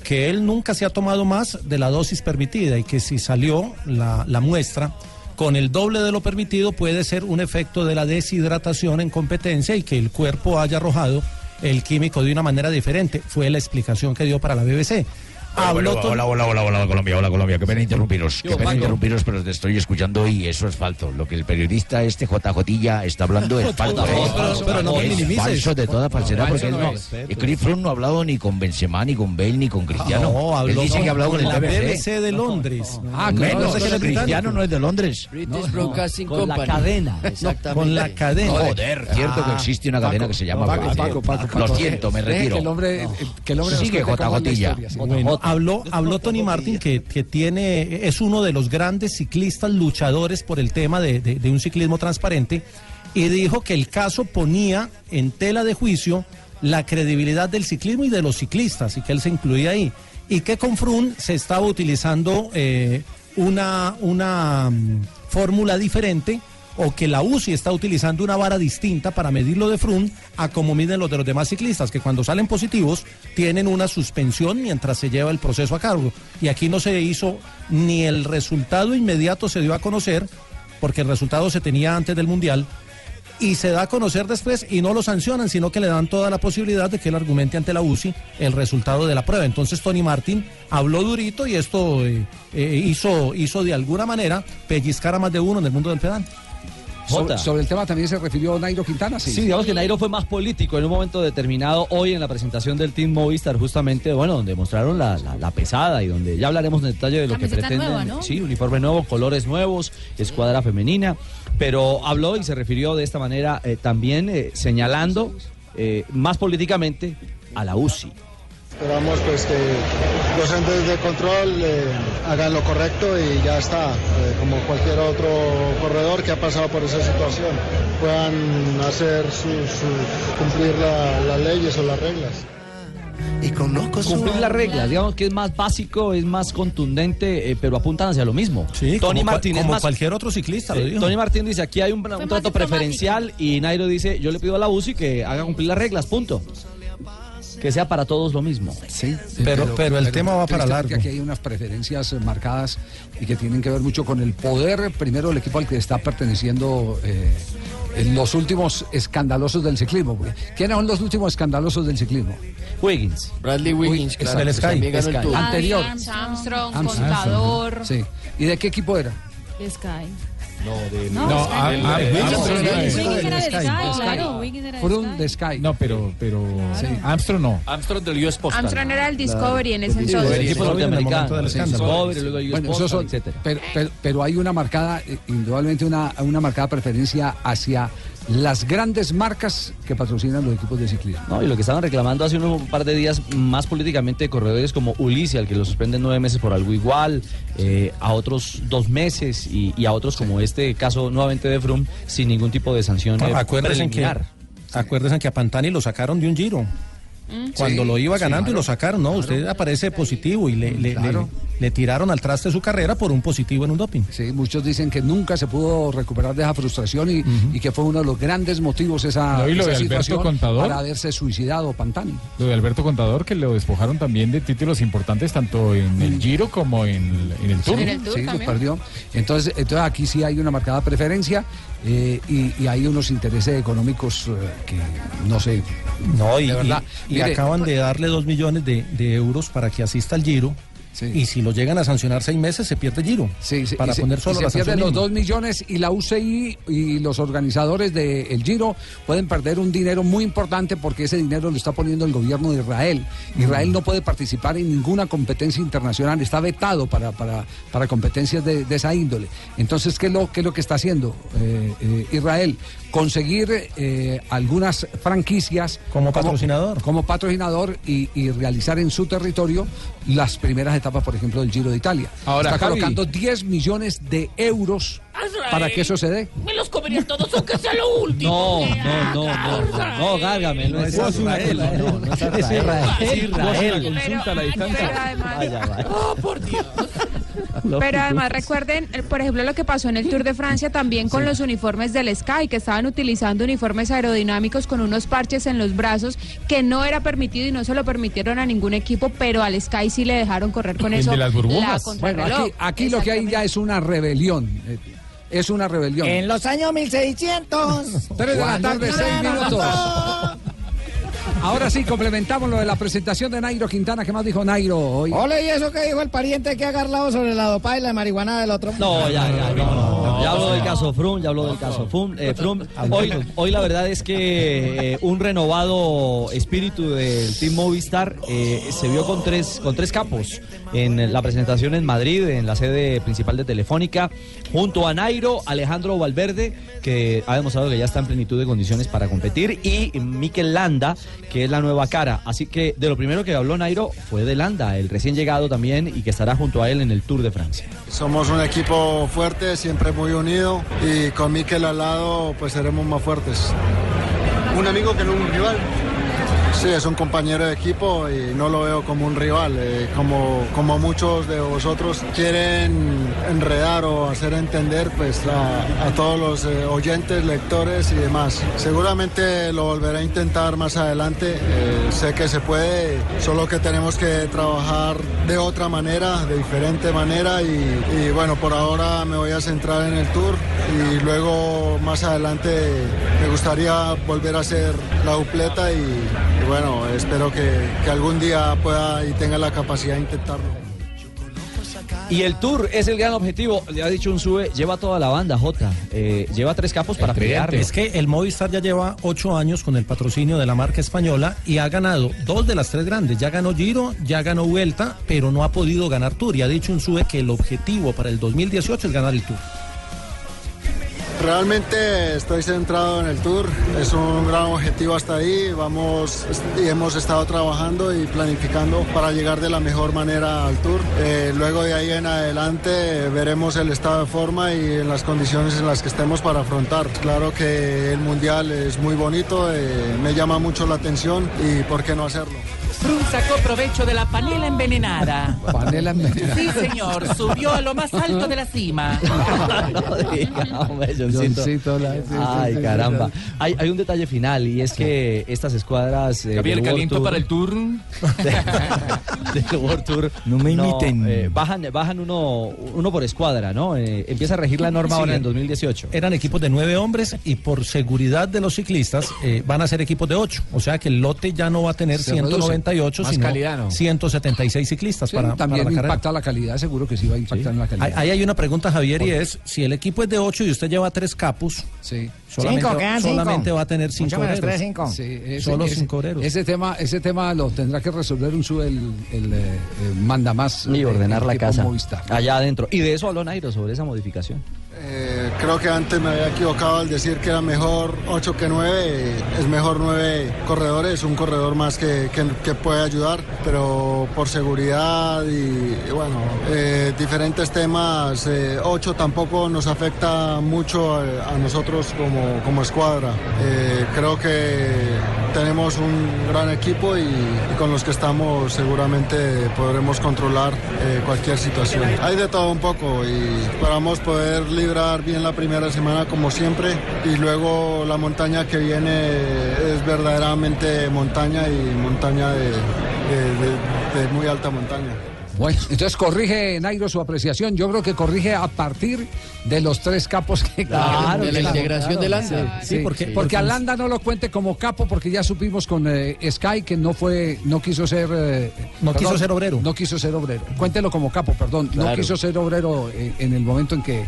[SPEAKER 19] que él nunca se ha tomado más de la dosis permitida y que si salió la, la muestra con el doble de lo permitido puede ser un efecto de la deshidratación en competencia y que el cuerpo haya arrojado el químico de una manera diferente. Fue la explicación que dio para la BBC.
[SPEAKER 23] Hola,
[SPEAKER 19] Habló
[SPEAKER 23] hola,
[SPEAKER 19] con-
[SPEAKER 23] hola, hola, hola, hola, Colombia, hola, Colombia. Qué pena interrumpiros, qué
[SPEAKER 19] Yo,
[SPEAKER 23] pena
[SPEAKER 19] Paco.
[SPEAKER 23] interrumpiros, pero te estoy escuchando y eso es falso. Lo que el periodista este JJ está hablando es falso.
[SPEAKER 19] No,
[SPEAKER 23] es
[SPEAKER 19] pero-
[SPEAKER 23] falso,
[SPEAKER 19] pero no
[SPEAKER 23] es
[SPEAKER 19] me minimices.
[SPEAKER 23] falso de toda falsedad, porque
[SPEAKER 19] falso
[SPEAKER 23] él
[SPEAKER 19] no
[SPEAKER 23] no.
[SPEAKER 19] es.
[SPEAKER 23] Y Chris Froome no ha hablado ni con Benzema, ni con Bale, ni con Cristiano.
[SPEAKER 19] No,
[SPEAKER 23] Ah, él
[SPEAKER 19] habló
[SPEAKER 23] dice que ha hablado con el
[SPEAKER 19] la
[SPEAKER 23] BBC.
[SPEAKER 19] BBC de Londres.
[SPEAKER 23] Ah, claro,
[SPEAKER 19] Menos,
[SPEAKER 23] no sé qué le Cristiano no es de Londres.
[SPEAKER 19] British Broadcasting
[SPEAKER 23] Con la
[SPEAKER 19] Company.
[SPEAKER 23] cadena,
[SPEAKER 19] No,
[SPEAKER 23] exactamente.
[SPEAKER 19] con la cadena.
[SPEAKER 23] Joder, cierto que
[SPEAKER 19] Ah,
[SPEAKER 23] existe una
[SPEAKER 19] Paco,
[SPEAKER 23] cadena que se llama
[SPEAKER 19] no, Paco,
[SPEAKER 23] BBC.
[SPEAKER 19] Paco, Paco,
[SPEAKER 23] Lo
[SPEAKER 19] Paco.
[SPEAKER 23] siento, me
[SPEAKER 19] Deje que
[SPEAKER 23] retiro.
[SPEAKER 19] el hombre- eh,
[SPEAKER 23] No.
[SPEAKER 19] que el hombre nos
[SPEAKER 23] Sigue
[SPEAKER 19] cuente cómo es
[SPEAKER 23] JJ.
[SPEAKER 19] la historia, sí. Bueno, habló, habló Tony Martin que, que tiene, es uno de los grandes ciclistas luchadores por el tema de, de- de un ciclismo transparente y dijo que el caso ponía en tela de juicio la credibilidad del ciclismo y de los ciclistas y que él se incluía ahí y que con Frun se estaba utilizando eh, una, una mm, fórmula diferente o que la UCI está utilizando una vara distinta para medir lo de Frun a como miden los de los demás ciclistas, que cuando salen positivos tienen una suspensión mientras se lleva el proceso a cargo. Y aquí no se hizo ni el resultado inmediato se dio a conocer, porque el resultado se tenía antes del Mundial, y se da a conocer después y no lo sancionan, sino que le dan toda la posibilidad de que él argumente ante la UCI el resultado de la prueba. Entonces Tony Martin habló durito y esto eh, eh, hizo, hizo de alguna manera pellizcar a más de uno en el mundo del pedal.
[SPEAKER 8] Sobre, sobre el tema también se refirió Nairo Quintana, sí.
[SPEAKER 17] Sí, digamos que Nairo fue más político en un momento determinado hoy en la presentación del Team Movistar, justamente, bueno, donde mostraron la, la- la pesada y donde ya hablaremos en detalle de lo que
[SPEAKER 24] Camiseta
[SPEAKER 17] pretenden.
[SPEAKER 24] nueva, ¿no?
[SPEAKER 17] Sí, uniforme nuevo, colores nuevos, escuadra femenina, pero habló y se refirió de esta manera eh, también eh, señalando eh, más políticamente a la UCI.
[SPEAKER 25] Esperamos pues que los entes de control eh, hagan lo correcto y ya está, eh, como cualquier otro corredor que ha pasado por esa situación, puedan hacer su, su- cumplir la- las leyes o las reglas.
[SPEAKER 17] Y conozco Cumplir las reglas, digamos que es más básico, es más contundente, eh, pero apuntan hacia lo mismo. Tony
[SPEAKER 19] como cual-
[SPEAKER 17] Martín es
[SPEAKER 19] como
[SPEAKER 17] más-
[SPEAKER 19] cualquier otro ciclista, lo
[SPEAKER 17] Sí,
[SPEAKER 19] dijo.
[SPEAKER 17] Eh, Tony Martín dice, aquí hay un, un trato preferencial y Nairo dice, yo le pido a la UCI que haga cumplir las reglas, punto. Que sea para todos lo mismo.
[SPEAKER 8] Sí,
[SPEAKER 19] Pero- pero el tema va para
[SPEAKER 8] tristemente
[SPEAKER 19] largo.
[SPEAKER 8] Aquí hay unas preferencias eh, marcadas y que tienen que ver mucho con el poder, primero, del equipo al que está perteneciendo eh, en los últimos escandalosos del ciclismo. porque ¿Quiénes son los últimos escandalosos del ciclismo?
[SPEAKER 17] Wiggins.
[SPEAKER 8] Bradley
[SPEAKER 26] Wiggins, claro,
[SPEAKER 8] el
[SPEAKER 26] que
[SPEAKER 8] Sky.
[SPEAKER 26] también ganó el
[SPEAKER 8] Sky.
[SPEAKER 26] Tour.
[SPEAKER 8] Anterior.
[SPEAKER 26] Armstrong,
[SPEAKER 8] Armstrong.
[SPEAKER 26] contador.
[SPEAKER 8] Sí. ¿Y de qué equipo era?
[SPEAKER 26] Sky.
[SPEAKER 8] No, de
[SPEAKER 11] No, a- a- Armstrong era de Sky.
[SPEAKER 8] Fueron de Sky.
[SPEAKER 11] No, pero, pero Armstrong no.
[SPEAKER 24] Armstrong del US Postal.
[SPEAKER 26] Armstrong era el Discovery en ese
[SPEAKER 11] Discovery,
[SPEAKER 26] entonces.
[SPEAKER 11] el equipo norteamericano,
[SPEAKER 24] del
[SPEAKER 11] sí,
[SPEAKER 24] escándalo.
[SPEAKER 11] Discovery,
[SPEAKER 24] luego US
[SPEAKER 8] Bueno, eso
[SPEAKER 24] Postal,
[SPEAKER 8] son- pero, pero- pero hay una marcada, eh, indudablemente una, una marcada preferencia hacia las grandes marcas que patrocinan los equipos de ciclismo.
[SPEAKER 17] No, y lo que estaban reclamando hace unos par de días más políticamente de corredores como Ulises, al que lo suspenden nueve meses por algo igual, eh, a otros dos meses y, y a otros como este caso nuevamente de Froome sin ningún tipo de sanción eh,
[SPEAKER 19] Acuérdense que,
[SPEAKER 17] preliminar.
[SPEAKER 19] acuérdense que a Pantani lo sacaron de un giro.
[SPEAKER 8] Mm.
[SPEAKER 19] Cuando lo iba ganando y lo sacaron, no, usted aparece positivo y le, le- le- le tiraron al traste su carrera por un positivo en un doping.
[SPEAKER 8] Sí, muchos dicen que nunca se pudo recuperar de esa frustración y, y que fue uno de los grandes motivos esa,
[SPEAKER 11] No, y lo
[SPEAKER 8] esa
[SPEAKER 11] de Alberto
[SPEAKER 8] situación
[SPEAKER 11] Contador.
[SPEAKER 8] para haberse suicidado Pantani.
[SPEAKER 11] Lo de Alberto Contador, que lo despojaron también de títulos importantes tanto en el Giro como en, en el Tour.
[SPEAKER 8] Sí, sí, lo perdió. Entonces, entonces aquí sí hay una marcada preferencia eh, y, y hay unos intereses económicos eh, que no sé.
[SPEAKER 19] No, y,
[SPEAKER 8] de verdad.
[SPEAKER 19] y- y
[SPEAKER 8] Mire, pues,
[SPEAKER 19] acaban de darle dos millones de, de euros para que asista al Giro. Y si lo llegan a sancionar seis meses, se pierde el Giro. para
[SPEAKER 8] y se-
[SPEAKER 19] poner
[SPEAKER 8] y
[SPEAKER 19] solo
[SPEAKER 8] se
[SPEAKER 19] la sanción
[SPEAKER 8] pierden los
[SPEAKER 19] mínima.
[SPEAKER 8] 2 millones y la UCI y los organizadores del Giro pueden perder un dinero muy importante porque ese dinero lo está poniendo el gobierno de Israel.
[SPEAKER 19] Mm.
[SPEAKER 8] Israel no puede participar en ninguna competencia internacional, está vetado para, para, para competencias de, de esa índole. Entonces, ¿qué es lo, qué es lo que está haciendo eh, eh, Israel? Conseguir eh, algunas franquicias
[SPEAKER 19] como patrocinador.
[SPEAKER 8] Como, patrocinador y, y realizar en su territorio las primeras etapas, por ejemplo, del Giro de Italia.
[SPEAKER 11] Ahora,
[SPEAKER 8] está
[SPEAKER 11] Javi.
[SPEAKER 8] colocando 10 millones de euros para que eso se dé.
[SPEAKER 22] Me los comería todos, aunque sea lo
[SPEAKER 17] No, no, no, no, no, no, gárgame, no es Israel, no, no es Israel, Israel.
[SPEAKER 24] Consulta a la distancia.
[SPEAKER 26] Pero además,
[SPEAKER 22] Oh,
[SPEAKER 24] Lo
[SPEAKER 26] pero
[SPEAKER 24] que
[SPEAKER 26] además
[SPEAKER 24] buscas.
[SPEAKER 26] recuerden, eh, por ejemplo, lo que pasó en el Tour de Francia también con los uniformes del Sky, que estaban utilizando uniformes aerodinámicos con unos parches en los brazos que no era permitido y no se lo permitieron a ningún equipo, pero al Sky sí le dejaron correr con eso. la
[SPEAKER 8] bueno,
[SPEAKER 26] contrarreloj.
[SPEAKER 8] aquí, aquí lo que hay ya es una rebelión. eh, Es una rebelión.
[SPEAKER 9] En los años 1600.
[SPEAKER 8] Tres de la
[SPEAKER 9] cuando
[SPEAKER 8] tarde, seis
[SPEAKER 9] ganaron
[SPEAKER 8] minutos.
[SPEAKER 9] todos.
[SPEAKER 8] Ahora sí, complementamos lo de la presentación de Nairo Quintana. ¿Qué más dijo Nairo hoy?
[SPEAKER 9] Ole, y eso que dijo el pariente que ha agarrado sobre la dopada y la marihuana del otro. Ah.
[SPEAKER 17] No, ya, ya, no, no, Ya habló del caso Frum, ya habló del caso Frum. eh, Frum. Hoy, hoy la verdad es que eh, un renovado espíritu del Team Movistar eh, se vio con tres, con tres capos en la presentación en Madrid, en la sede principal de Telefónica, junto a Nairo, Alejandro Valverde, que ha demostrado que ya está en plenitud de condiciones para competir, y Mikel Landa, que es la nueva cara. Así que de lo primero que habló Nairo fue de Landa, el recién llegado también y que estará junto a él en el Tour de Francia.
[SPEAKER 25] Somos un equipo fuerte, siempre muy unido y con Mikel al lado pues seremos más fuertes. Un amigo que no un rival. Sí, es un compañero de equipo y no lo veo como un rival, eh, como, como muchos de vosotros quieren enredar o hacer entender pues a, a todos los eh, oyentes, lectores y demás. Seguramente lo volveré a intentar más adelante, eh, sé que se puede, solo que tenemos que trabajar de otra manera, de diferente manera y, y bueno, por ahora me voy a centrar en el tour y luego más adelante me gustaría volver a hacer la dupleta y, y bueno, espero que, que algún día pueda y tenga la capacidad de intentarlo.
[SPEAKER 17] Y el tour es el gran objetivo. Le ha dicho un sube, lleva toda la banda, Jota. Eh, lleva tres capos para pelear.
[SPEAKER 19] Es que el Movistar ya lleva ocho años con el patrocinio de la marca española y ha ganado dos de las tres grandes. Ya ganó Giro, ya ganó Vuelta, pero no ha podido ganar Tour. Y ha dicho un sube que el objetivo para el 2018 es ganar el Tour.
[SPEAKER 25] Realmente estoy centrado en el tour, es un gran objetivo hasta ahí, vamos y hemos estado trabajando y planificando para llegar de la mejor manera al tour. Eh, luego de ahí en adelante eh, veremos el estado de forma y en las condiciones en las que estemos para afrontar. Claro que el mundial es muy bonito, eh, me llama mucho la atención y por qué no hacerlo.
[SPEAKER 22] Frum sacó provecho de la panela envenenada.
[SPEAKER 8] Panela envenenada.
[SPEAKER 22] Sí, señor, subió a lo más alto de la cima.
[SPEAKER 17] Johncito.
[SPEAKER 8] Johncito, la- sí, sí,
[SPEAKER 17] Ay,
[SPEAKER 8] sí,
[SPEAKER 17] caramba. Hay, hay un detalle final y es que estas escuadras. eh,
[SPEAKER 24] Gabriel,
[SPEAKER 17] del World
[SPEAKER 24] caliento
[SPEAKER 17] Tour-
[SPEAKER 24] para el tour.
[SPEAKER 17] del World Tour.
[SPEAKER 24] No me imiten.
[SPEAKER 17] eh, bajan bajan uno, uno por escuadra, ¿no? Eh, empieza a regir la norma
[SPEAKER 19] Sí.
[SPEAKER 17] ahora en 2018.
[SPEAKER 19] Eran equipos de nueve hombres y por seguridad de los ciclistas eh, van a ser equipos de ocho. O sea que el lote ya no va a tener
[SPEAKER 17] Se
[SPEAKER 19] 190 178,
[SPEAKER 11] Más
[SPEAKER 19] sino
[SPEAKER 11] calidad, ¿no?
[SPEAKER 19] 176 ciclistas
[SPEAKER 8] Sí,
[SPEAKER 19] para, para
[SPEAKER 8] también
[SPEAKER 19] la carrera.
[SPEAKER 8] impacta la calidad, seguro que sí va a impactar en la calidad.
[SPEAKER 19] Ahí ahí hay una pregunta, Javier, y
[SPEAKER 8] Por-
[SPEAKER 19] es, si el equipo es de 8 y usted lleva 3 capus, solamente,
[SPEAKER 8] Cinco, quedan cinco.
[SPEAKER 19] solamente va a tener 5
[SPEAKER 8] Sí, ese-
[SPEAKER 19] Solo
[SPEAKER 8] ese-
[SPEAKER 19] 5 euros.
[SPEAKER 8] Ese tema, ese tema lo tendrá que resolver un sub el, el, eh, eh, manda más.
[SPEAKER 17] Y ordenar la casa. Allá adentro. Y de eso habló Nairo, sobre esa modificación.
[SPEAKER 25] Eh, creo que antes me había equivocado al decir que era mejor 8 que 9. Es mejor 9 corredores, un corredor más que, que- que puede ayudar, pero por seguridad y, y bueno, eh, diferentes temas, 8 tampoco nos afecta mucho a, a nosotros como, como escuadra. Eh, creo que tenemos un gran equipo y, y con los que estamos seguramente podremos controlar eh, cualquier situación. Hay de todo un poco y esperamos poder librar bien la primera semana como siempre y luego la montaña que viene es verdaderamente montaña y montaña de- de- de- de muy alta montaña.
[SPEAKER 8] Bueno, entonces corrige Nairo su apreciación. Yo creo que corrige a partir de los tres capos que
[SPEAKER 10] Claro, de la integración de Landa.
[SPEAKER 8] Sí,
[SPEAKER 10] Sí,
[SPEAKER 8] porque,
[SPEAKER 10] sí.
[SPEAKER 8] porque a Landa no lo cuente como capo, porque ya supimos con eh, Sky que no fue, no quiso ser. eh,
[SPEAKER 19] No quiso ser obrero.
[SPEAKER 8] No quiso ser obrero. Cuéntelo como capo, perdón. No
[SPEAKER 19] Claro.
[SPEAKER 8] quiso ser obrero eh, en el momento en que.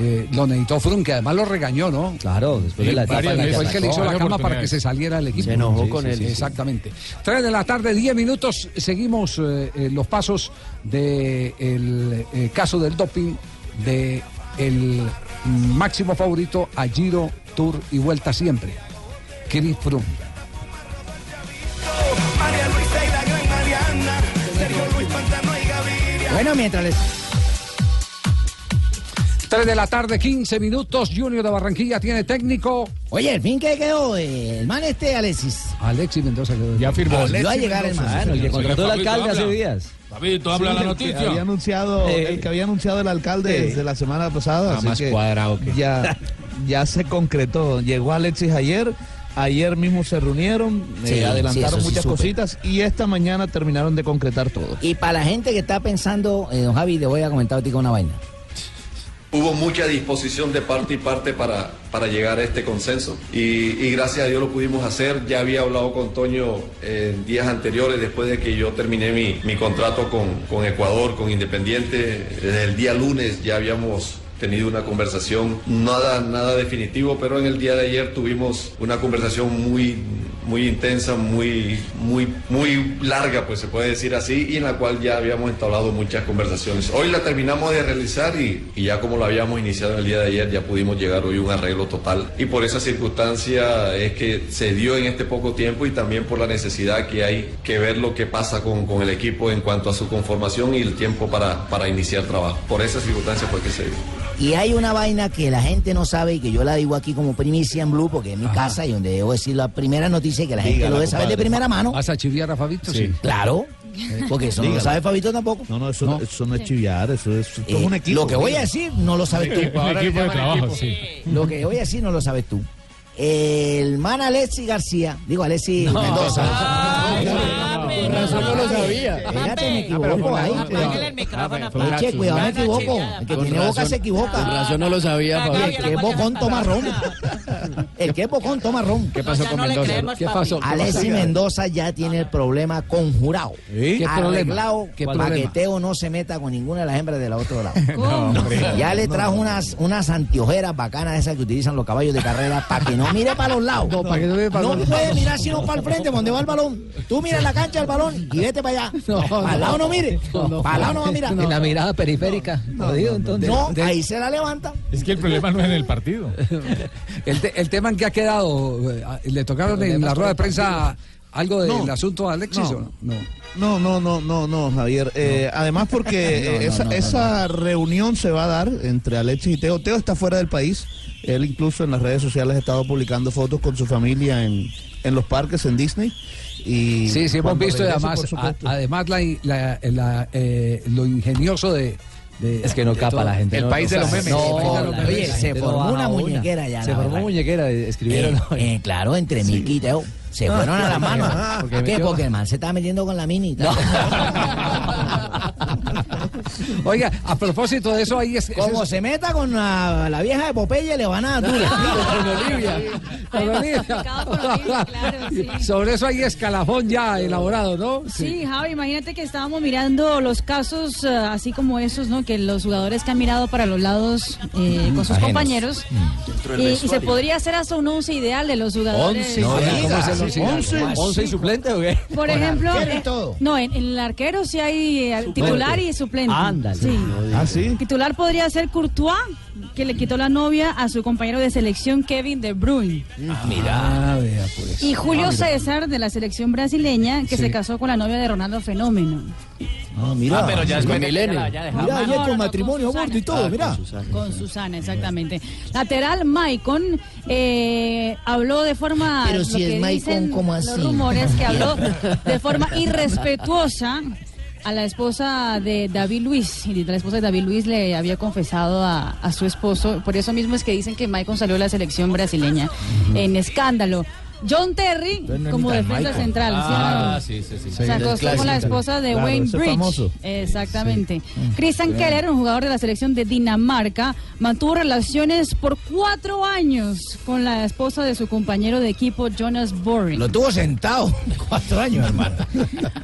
[SPEAKER 8] eh, lo necesitó Frum, que además lo regañó, ¿no?
[SPEAKER 17] Claro, después de la etapa en la que
[SPEAKER 8] Fue el que le hizo la
[SPEAKER 17] arrancó.
[SPEAKER 8] cama para que se saliera del equipo.
[SPEAKER 17] Se enojó con él.
[SPEAKER 8] Exactamente. 3 de la tarde, 10 minutos. Seguimos eh, eh, los pasos del caso del doping de el máximo favorito a Giro, Tour y Vuelta siempre. Chris Froome.
[SPEAKER 9] Bueno, mientras les...
[SPEAKER 8] 3 de la tarde, 15 minutos. Junior de Barranquilla tiene técnico.
[SPEAKER 9] Oye, el fin que quedó, eh, el man este, Alexis.
[SPEAKER 8] Alexis Mendoza.
[SPEAKER 11] Ya
[SPEAKER 9] firmó. Volvió a llegar el man.
[SPEAKER 17] Bueno, el que contrató el
[SPEAKER 9] Fabito,
[SPEAKER 17] alcalde hace
[SPEAKER 9] habla.
[SPEAKER 17] días.
[SPEAKER 11] Fabito,
[SPEAKER 21] Sí, el que había anunciado, el que había anunciado el alcalde desde la semana pasada.
[SPEAKER 10] Está
[SPEAKER 21] así
[SPEAKER 10] más
[SPEAKER 21] que
[SPEAKER 10] cuadrado
[SPEAKER 21] Ya, ya se concretó. Llegó Alexis ayer. Ayer mismo se reunieron,
[SPEAKER 9] Sí,
[SPEAKER 21] eh,
[SPEAKER 9] sí, eso
[SPEAKER 21] adelantaron
[SPEAKER 9] sí
[SPEAKER 21] muchas
[SPEAKER 9] supe.
[SPEAKER 21] cositas y esta mañana terminaron de concretar todo.
[SPEAKER 9] Y para la gente que está pensando, eh, don Javi, le voy a comentar a ti con una vaina.
[SPEAKER 27] Hubo mucha disposición de parte y parte para, para llegar a este consenso y, y gracias a Dios lo pudimos hacer. Ya había hablado con Toño en días anteriores después de que yo terminé mi, mi contrato con, con Ecuador, con Independiente. Desde el día lunes ya habíamos tenido una conversación, nada, nada definitivo, pero en el día de ayer tuvimos una conversación muy, muy intensa, muy, muy, muy larga, pues se puede decir así, y en la cual ya habíamos entablado muchas conversaciones. Hoy la terminamos de realizar y, y ya como lo habíamos iniciado el día de ayer, ya pudimos llegar hoy a un arreglo total. Y por esa circunstancia es que se dio en este poco tiempo y también por la necesidad que hay que ver lo que pasa con, con el equipo en cuanto a su conformación y el tiempo para, para iniciar trabajo. Por esa circunstancia fue que se dio.
[SPEAKER 9] Y hay una vaina que la gente no sabe y que yo la digo aquí como primicia en Blue, porque es mi casa y donde debo decir la primera noticia que la gente
[SPEAKER 8] Dígala,
[SPEAKER 9] lo debe saber de
[SPEAKER 8] compadre.
[SPEAKER 9] primera mano.
[SPEAKER 8] ¿Vas a chiviar a Fabito? Sí.
[SPEAKER 9] Claro, porque eso no lo
[SPEAKER 21] Dígala.
[SPEAKER 9] sabe Fabito tampoco.
[SPEAKER 21] No, no, eso no, eso no es chiviar, eso es, esto es
[SPEAKER 9] Eh,
[SPEAKER 21] un equipo.
[SPEAKER 9] Lo que voy a
[SPEAKER 21] mira.
[SPEAKER 9] decir no lo sabes tú.
[SPEAKER 21] Un Ahora equipo le de llaman trabajo, equipo. sí.
[SPEAKER 9] Lo que voy a decir no lo sabes tú. El man Alexi García, digo Alexi
[SPEAKER 10] No.
[SPEAKER 9] Mendoza.
[SPEAKER 10] Ay,
[SPEAKER 9] Ah, Con razón no lo sabía. Espérate,
[SPEAKER 10] Ah,
[SPEAKER 9] me equivoco ahí. Che, cuidado, me equivoco. El que
[SPEAKER 10] Con
[SPEAKER 9] tiene boca
[SPEAKER 10] razón-
[SPEAKER 9] se equivoca.
[SPEAKER 10] Con razón no lo sabía, Fabio.
[SPEAKER 9] El que es bocón toma ron. El que es bocón toma ron. ¿Qué
[SPEAKER 10] pasó No, ya con no le Mendoza? creemos, ¿Qué papi. pasó? ¿Qué
[SPEAKER 9] Alexi
[SPEAKER 10] pasó?
[SPEAKER 9] Mendoza ya tiene el problema conjurado.
[SPEAKER 10] ¿Sí? ¿Qué problema?
[SPEAKER 9] Arreglado
[SPEAKER 10] ¿Qué
[SPEAKER 9] para que
[SPEAKER 10] problema?
[SPEAKER 9] Teo no se meta con ninguna de las hembras del otro lado.
[SPEAKER 10] No, hombre.
[SPEAKER 9] ya le
[SPEAKER 10] No.
[SPEAKER 9] trajo unas, unas antiojeras bacanas esas que utilizan los caballos de carrera para que no mire para los lados. No,
[SPEAKER 10] para que no mire para los
[SPEAKER 9] puede
[SPEAKER 10] lados.
[SPEAKER 9] mirar sino para el frente, donde va el balón. Tú miras la cancha del balón y vete para allá. para el lado no mire. para el lado no va a mirar.
[SPEAKER 28] En la mirada periférica. jodido, entonces.
[SPEAKER 9] No, ahí se la levanta.
[SPEAKER 11] Es que el problema no es en el partido.
[SPEAKER 8] El, te- el tema en que ha quedado, eh, a- le tocaron en la rueda de prensa algo del asunto a Alexis
[SPEAKER 21] No.
[SPEAKER 8] o no? no.
[SPEAKER 21] No, no, no, no, no, Javier. Eh, además porque
[SPEAKER 8] No,
[SPEAKER 21] eh,
[SPEAKER 8] no,
[SPEAKER 21] esa,
[SPEAKER 8] no, no,
[SPEAKER 21] esa reunión se va a dar entre Alexis y Teo. Teo está fuera del país. Él incluso en las redes sociales ha estado publicando fotos con su familia en, en los parques, en Disney. Y
[SPEAKER 8] Sí, sí, hemos
[SPEAKER 21] cuando
[SPEAKER 8] visto y
[SPEAKER 21] regrese,
[SPEAKER 8] además, ah,
[SPEAKER 21] por supuesto.
[SPEAKER 8] a- además la, la- la- eh, lo ingenioso de, Es que no
[SPEAKER 17] capa la gente, El no, país no de los sabe. memes. No,
[SPEAKER 9] Oye, se formó una muñequera ya.
[SPEAKER 17] Se formó
[SPEAKER 9] muñequera, escribieron. eh, claro, entre Miki y Teo. Se
[SPEAKER 17] Ah.
[SPEAKER 9] fueron a la mano.
[SPEAKER 17] Porque
[SPEAKER 9] ¿Qué?
[SPEAKER 17] metió-
[SPEAKER 9] Porque el man se estaba metiendo con la mini.
[SPEAKER 8] Oiga, a propósito de eso, ahí es.
[SPEAKER 9] Como se meta con la, la vieja de Popeye, le van a dar duro.
[SPEAKER 8] Con Olivia. Con Olivia. Sobre eso hay escalafón ya elaborado, ¿no?
[SPEAKER 20] Sí, Javi, imagínate que estábamos mirando los casos eh, así como esos, ¿no? Que los jugadores que han mirado para los lados eh, con sus
[SPEAKER 8] Ajenos.
[SPEAKER 20] compañeros.
[SPEAKER 9] Mm.
[SPEAKER 20] eh,
[SPEAKER 8] del
[SPEAKER 20] Y, y se
[SPEAKER 8] vestuario.
[SPEAKER 20] podría hacer hasta un once ideal de los jugadores.
[SPEAKER 17] No,
[SPEAKER 8] ¿cómo
[SPEAKER 17] diga,
[SPEAKER 8] es el once ideal?
[SPEAKER 17] once.
[SPEAKER 8] ¿Cómo así?
[SPEAKER 17] ¿Once y suplente o qué?
[SPEAKER 20] Por ejemplo,
[SPEAKER 17] arquero y
[SPEAKER 20] eh, no, en, en el arquero sí hay eh, titular y suplente.
[SPEAKER 17] Ándale.
[SPEAKER 20] Sí.
[SPEAKER 21] ¿Ah, sí?
[SPEAKER 20] Titular podría ser Courtois, que le quitó la novia a su compañero de selección Kevin De Bruyne.
[SPEAKER 8] Mira.
[SPEAKER 9] Ah,
[SPEAKER 8] vea, pues.
[SPEAKER 20] Y Julio
[SPEAKER 8] Ah, mira.
[SPEAKER 20] César de la selección brasileña, que
[SPEAKER 8] Sí.
[SPEAKER 20] se casó con la novia de Ronaldo Fenómeno.
[SPEAKER 21] Ah, mira.
[SPEAKER 16] Ah, pero ya es Ah,
[SPEAKER 21] Con
[SPEAKER 16] Menelene.
[SPEAKER 21] Menelene.
[SPEAKER 20] Ya dejamos.
[SPEAKER 21] Mira,
[SPEAKER 20] No,
[SPEAKER 21] ya
[SPEAKER 20] no,
[SPEAKER 21] con
[SPEAKER 20] no,
[SPEAKER 21] matrimonio,
[SPEAKER 20] con
[SPEAKER 21] aborto y
[SPEAKER 20] Susana.
[SPEAKER 21] todo, mira.
[SPEAKER 20] Con Susana, exactamente. Lateral, Maicon eh, habló de forma.
[SPEAKER 18] Pero si
[SPEAKER 20] lo
[SPEAKER 18] es
[SPEAKER 20] que
[SPEAKER 18] Maicon,
[SPEAKER 20] dicen
[SPEAKER 18] ¿cómo así?
[SPEAKER 20] Los rumores que habló de forma irrespetuosa a la esposa de David Luis. Y la esposa de David Luis le había confesado a, a su esposo. Por eso mismo es que dicen que Maicon salió de la selección brasileña en escándalo. John Terry
[SPEAKER 16] Pero no es ni
[SPEAKER 20] como
[SPEAKER 16] tan
[SPEAKER 20] defensa
[SPEAKER 16] Maicon.
[SPEAKER 20] central. ¿sí o no?
[SPEAKER 16] Ah, sí, sí, sí.
[SPEAKER 20] Se acostó con la esposa de
[SPEAKER 16] Claro, ese
[SPEAKER 20] Wayne
[SPEAKER 16] es
[SPEAKER 20] Bridge. eh,
[SPEAKER 16] famoso.
[SPEAKER 20] Exactamente. Christian
[SPEAKER 16] Sí. Mm,
[SPEAKER 20] Keller, un jugador de la selección de Dinamarca, mantuvo relaciones por cuatro años con la esposa de su compañero de equipo, Jonas Boring.
[SPEAKER 16] Lo tuvo sentado cuatro años, hermano.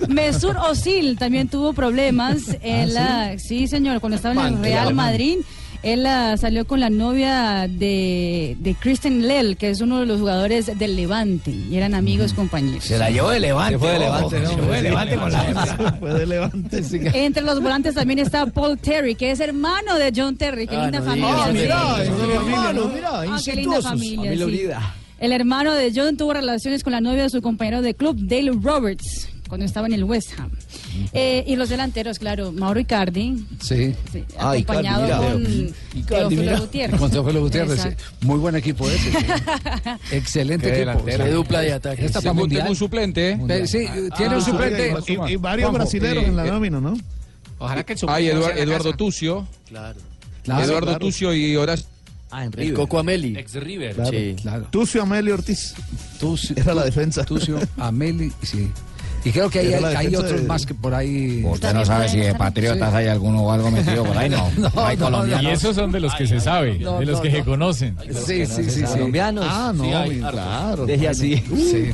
[SPEAKER 20] Mesut Özil también tuvo problemas. Él, ah, sí? señor, cuando estaba en el
[SPEAKER 16] Pantera
[SPEAKER 20] Real
[SPEAKER 16] alemana.
[SPEAKER 20] Madrid, él ah, salió con la novia de, de Kristen Lell, que es uno de los jugadores del Levante, y eran amigos, compañeros.
[SPEAKER 16] Se la llevó de levante.
[SPEAKER 21] Se fue de
[SPEAKER 16] ojo,
[SPEAKER 21] Levante, ¿no?
[SPEAKER 16] Se fue de
[SPEAKER 21] Sí.
[SPEAKER 16] levante con la
[SPEAKER 21] Fue de levante, sí.
[SPEAKER 20] Entre los volantes también está Paul Terry, que es hermano de John Terry. Qué linda familia.
[SPEAKER 16] Ah, mira,
[SPEAKER 20] Sí.
[SPEAKER 16] es un hermano,
[SPEAKER 20] Ah,
[SPEAKER 16] mira,
[SPEAKER 20] qué linda
[SPEAKER 16] incestuosos.
[SPEAKER 20] familia, sí. El hermano de John tuvo relaciones con la novia de su compañero de club, Dale Roberts, cuando estaba en el West Ham. Eh, y los delanteros, claro, Mauro Icardi,
[SPEAKER 8] Sí.
[SPEAKER 20] Ah, Icardi, acompañado mira. con Icardi, Teófilo mira. Gutiérrez.
[SPEAKER 8] Con Teófilo Gutiérrez, sí.
[SPEAKER 20] Exacto.
[SPEAKER 8] Muy buen equipo ese. sí. Excelente
[SPEAKER 10] Qué
[SPEAKER 8] equipo.
[SPEAKER 10] delantera.
[SPEAKER 8] Sí.
[SPEAKER 10] Qué dupla de ataque.
[SPEAKER 8] Esta
[SPEAKER 10] Sí,
[SPEAKER 8] para
[SPEAKER 10] tengo
[SPEAKER 8] mundial.
[SPEAKER 10] un suplente, ¿eh?
[SPEAKER 8] Pe- Sí,
[SPEAKER 10] Ah,
[SPEAKER 8] tiene un
[SPEAKER 10] sí,
[SPEAKER 8] suplente.
[SPEAKER 10] sí, sí.
[SPEAKER 8] Juanjo,
[SPEAKER 10] Y- y varios
[SPEAKER 8] Juanjo,
[SPEAKER 13] eh,
[SPEAKER 10] brasileros
[SPEAKER 8] eh,
[SPEAKER 10] en la nómina,
[SPEAKER 21] ¿no?
[SPEAKER 10] Ojalá que el
[SPEAKER 21] Ay,
[SPEAKER 10] suplente
[SPEAKER 21] Eduard-
[SPEAKER 10] sea la
[SPEAKER 21] Eduardo
[SPEAKER 10] casa.
[SPEAKER 1] Tucio.
[SPEAKER 10] Claro.
[SPEAKER 1] Eduardo Tucio y Horacio.
[SPEAKER 10] Ah, en
[SPEAKER 1] El Coco Ameli.
[SPEAKER 10] Ex River.
[SPEAKER 21] Claro,
[SPEAKER 1] Sí.
[SPEAKER 21] claro. Tucio Amelio Ortiz. Era la defensa.
[SPEAKER 8] Tucio Ameli, sí. Y creo que hay,
[SPEAKER 21] Era la
[SPEAKER 8] hay
[SPEAKER 21] defensa
[SPEAKER 8] otros
[SPEAKER 21] de-
[SPEAKER 8] más que por ahí.
[SPEAKER 23] Usted no sabe si de patriotas hay alguno o algo metido por ahí, no. No hay
[SPEAKER 11] Y
[SPEAKER 23] colombianos.
[SPEAKER 11] esos son de los que se sabe, de los que se conocen.
[SPEAKER 8] Sí, sí, sí, sí.
[SPEAKER 17] Colombianos.
[SPEAKER 21] Ah, no,
[SPEAKER 17] Sí, hay
[SPEAKER 21] mi-
[SPEAKER 17] hartos.
[SPEAKER 21] claro.
[SPEAKER 17] Deje
[SPEAKER 21] claro.
[SPEAKER 17] así.
[SPEAKER 8] Sí.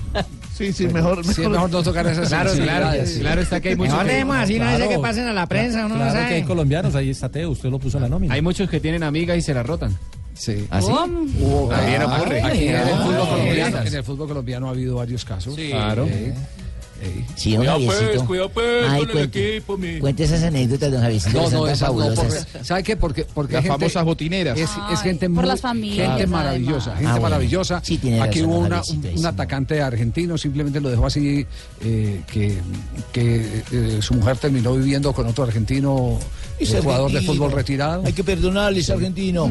[SPEAKER 21] Sí, sí, mejor, mejor.
[SPEAKER 8] Sí, mejor no tocar esas
[SPEAKER 21] Claro,
[SPEAKER 8] sensibilidades.
[SPEAKER 21] claro, claro está que hay muchos
[SPEAKER 9] Mejor
[SPEAKER 21] que-
[SPEAKER 9] dejemos así, no sé
[SPEAKER 21] Claro.
[SPEAKER 9] qué pasen a la prensa, uno no
[SPEAKER 16] Claro que
[SPEAKER 9] sabe.
[SPEAKER 16] hay colombianos, ahí está Teo, usted lo puso en la nómina.
[SPEAKER 10] Hay muchos que tienen amigas y se la rotan. ¿Ah,
[SPEAKER 8] Sí.
[SPEAKER 10] ¿Así?
[SPEAKER 8] También ocurre.
[SPEAKER 10] Aquí en el fútbol colombiano.
[SPEAKER 8] En el fútbol colombiano ha habido varios casos.
[SPEAKER 10] Sí. pues, Claro.
[SPEAKER 8] Eh, eh.
[SPEAKER 18] Sí, don Javiercito. Ay, cuente, cuente esas anécdotas, don Javiercito.
[SPEAKER 8] No,
[SPEAKER 18] que
[SPEAKER 8] no,
[SPEAKER 18] son tan
[SPEAKER 8] esas no,
[SPEAKER 18] fabulosas.
[SPEAKER 8] porque- ¿Sabe qué? Porque, porque
[SPEAKER 18] Las
[SPEAKER 8] hay gente-
[SPEAKER 18] famosas botineras.
[SPEAKER 8] Es, es gente
[SPEAKER 20] por
[SPEAKER 8] muy-
[SPEAKER 20] las familias,
[SPEAKER 8] Gente
[SPEAKER 20] además.
[SPEAKER 8] maravillosa, gente
[SPEAKER 18] Ah, bueno.
[SPEAKER 8] maravillosa.
[SPEAKER 18] Sí, tiene
[SPEAKER 8] Aquí
[SPEAKER 18] razón, pues.
[SPEAKER 8] hubo
[SPEAKER 18] don
[SPEAKER 8] una-
[SPEAKER 18] Javiercito,
[SPEAKER 8] un,
[SPEAKER 18] ahí sí.
[SPEAKER 8] un atacante argentino, simplemente lo dejó así, eh, que, que, eh, su mujer terminó viviendo con otro argentino, eh,
[SPEAKER 16] Ese
[SPEAKER 8] jugador de
[SPEAKER 16] argentino.
[SPEAKER 8] fútbol retirado.
[SPEAKER 16] Hay que perdonarles, argentino.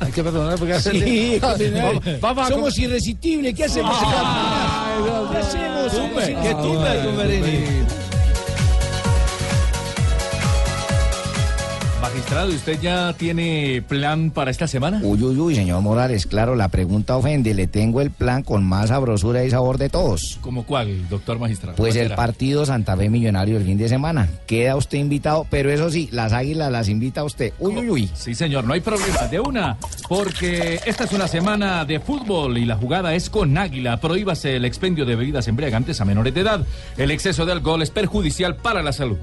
[SPEAKER 8] Hay que perdonar porque
[SPEAKER 16] Sí, condenado.
[SPEAKER 8] Vamos a-
[SPEAKER 16] somos irresistibles. ¿Qué hacemos? ¿Qué hacemos? Somos
[SPEAKER 8] Tumbe.
[SPEAKER 16] irresistibles.
[SPEAKER 8] Ay,
[SPEAKER 1] Magistrado, ¿usted ya tiene plan para esta semana?
[SPEAKER 23] Uy, uy, uy, señor Morales, claro, la pregunta ofende. Le tengo el plan con más sabrosura y sabor de todos.
[SPEAKER 1] ¿Como cuál, doctor magistrado?
[SPEAKER 23] Pues
[SPEAKER 1] ¿Cuál
[SPEAKER 23] el
[SPEAKER 1] será?
[SPEAKER 23] partido Santa Fe Millonario el fin de semana. Queda usted invitado, pero eso sí, las águilas las invita a usted. Uy, uy, uy.
[SPEAKER 1] Sí, señor, no hay problema. De una, porque esta es una semana de fútbol y la jugada es con Águila. Prohíbase el expendio de bebidas embriagantes a menores de edad. El exceso de alcohol es perjudicial para la salud.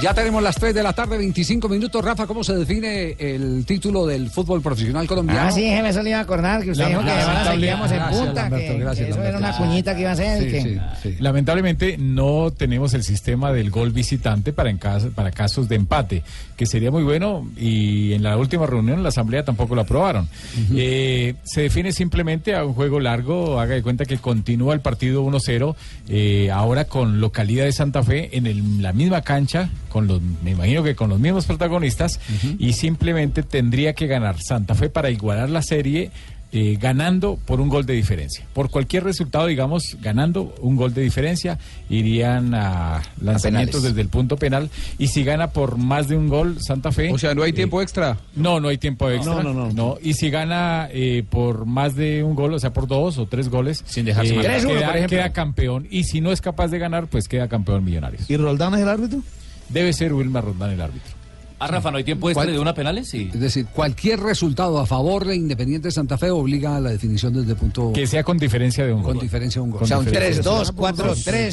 [SPEAKER 8] Ya tenemos las 3 de la tarde, 25 minutos. Rafa, ¿cómo se define el título del fútbol profesional colombiano?
[SPEAKER 9] Ah, sí, jefe, eso le iba a acordar, que usted
[SPEAKER 8] La-
[SPEAKER 9] dijo que
[SPEAKER 8] la-
[SPEAKER 9] ahora
[SPEAKER 8] la-
[SPEAKER 9] seguíamos en
[SPEAKER 8] Gracias,
[SPEAKER 9] punta,
[SPEAKER 8] Lamberto,
[SPEAKER 9] que,
[SPEAKER 8] gracias,
[SPEAKER 9] que eso era
[SPEAKER 8] Lamberto.
[SPEAKER 9] una cuñita que iba a hacer.
[SPEAKER 11] Sí,
[SPEAKER 9] que...
[SPEAKER 11] sí, sí. Lamentablemente no tenemos el sistema del gol visitante para, en caso- para casos de empate, que sería muy bueno y en la última reunión la asamblea tampoco lo aprobaron. Eh, se define simplemente a un juego largo, haga de cuenta que continúa el partido 1-0, eh, ahora con localidad de Santa Fe en el- la misma cancha, con los, me imagino que con los mismos protagonistas, y simplemente tendría que ganar Santa Fe para igualar la serie eh, ganando por un gol de diferencia. Por cualquier resultado, digamos, ganando un gol de diferencia, irían a lanzamientos
[SPEAKER 1] penales.
[SPEAKER 11] desde el punto penal. Y si gana por más de un gol, Santa Fe. eh, O sea, no hay tiempo extra. No, no hay tiempo extra.
[SPEAKER 1] no, no.
[SPEAKER 11] y si gana eh, por más de un gol, o sea, por dos o tres goles, sin
[SPEAKER 1] dejarse marcar. 3-1, por
[SPEAKER 11] queda,
[SPEAKER 1] ejemplo.
[SPEAKER 11] queda campeón. Y si no es capaz de ganar, pues queda campeón Millonarios.
[SPEAKER 21] ¿Y Roldán es el árbitro?
[SPEAKER 11] Debe ser Wilmar Roldán el árbitro.
[SPEAKER 1] Ah, Rafa, no hay tiempo extra
[SPEAKER 11] ¿Cuál?
[SPEAKER 1] de una penales y.
[SPEAKER 8] Es decir, cualquier resultado a favor de Independiente Santa Fe obliga a la definición desde punto.
[SPEAKER 11] Que sea con diferencia de un
[SPEAKER 8] Con diferencia de un gol.
[SPEAKER 11] Con O sea, un diferencia. 3-2,
[SPEAKER 8] 4-3,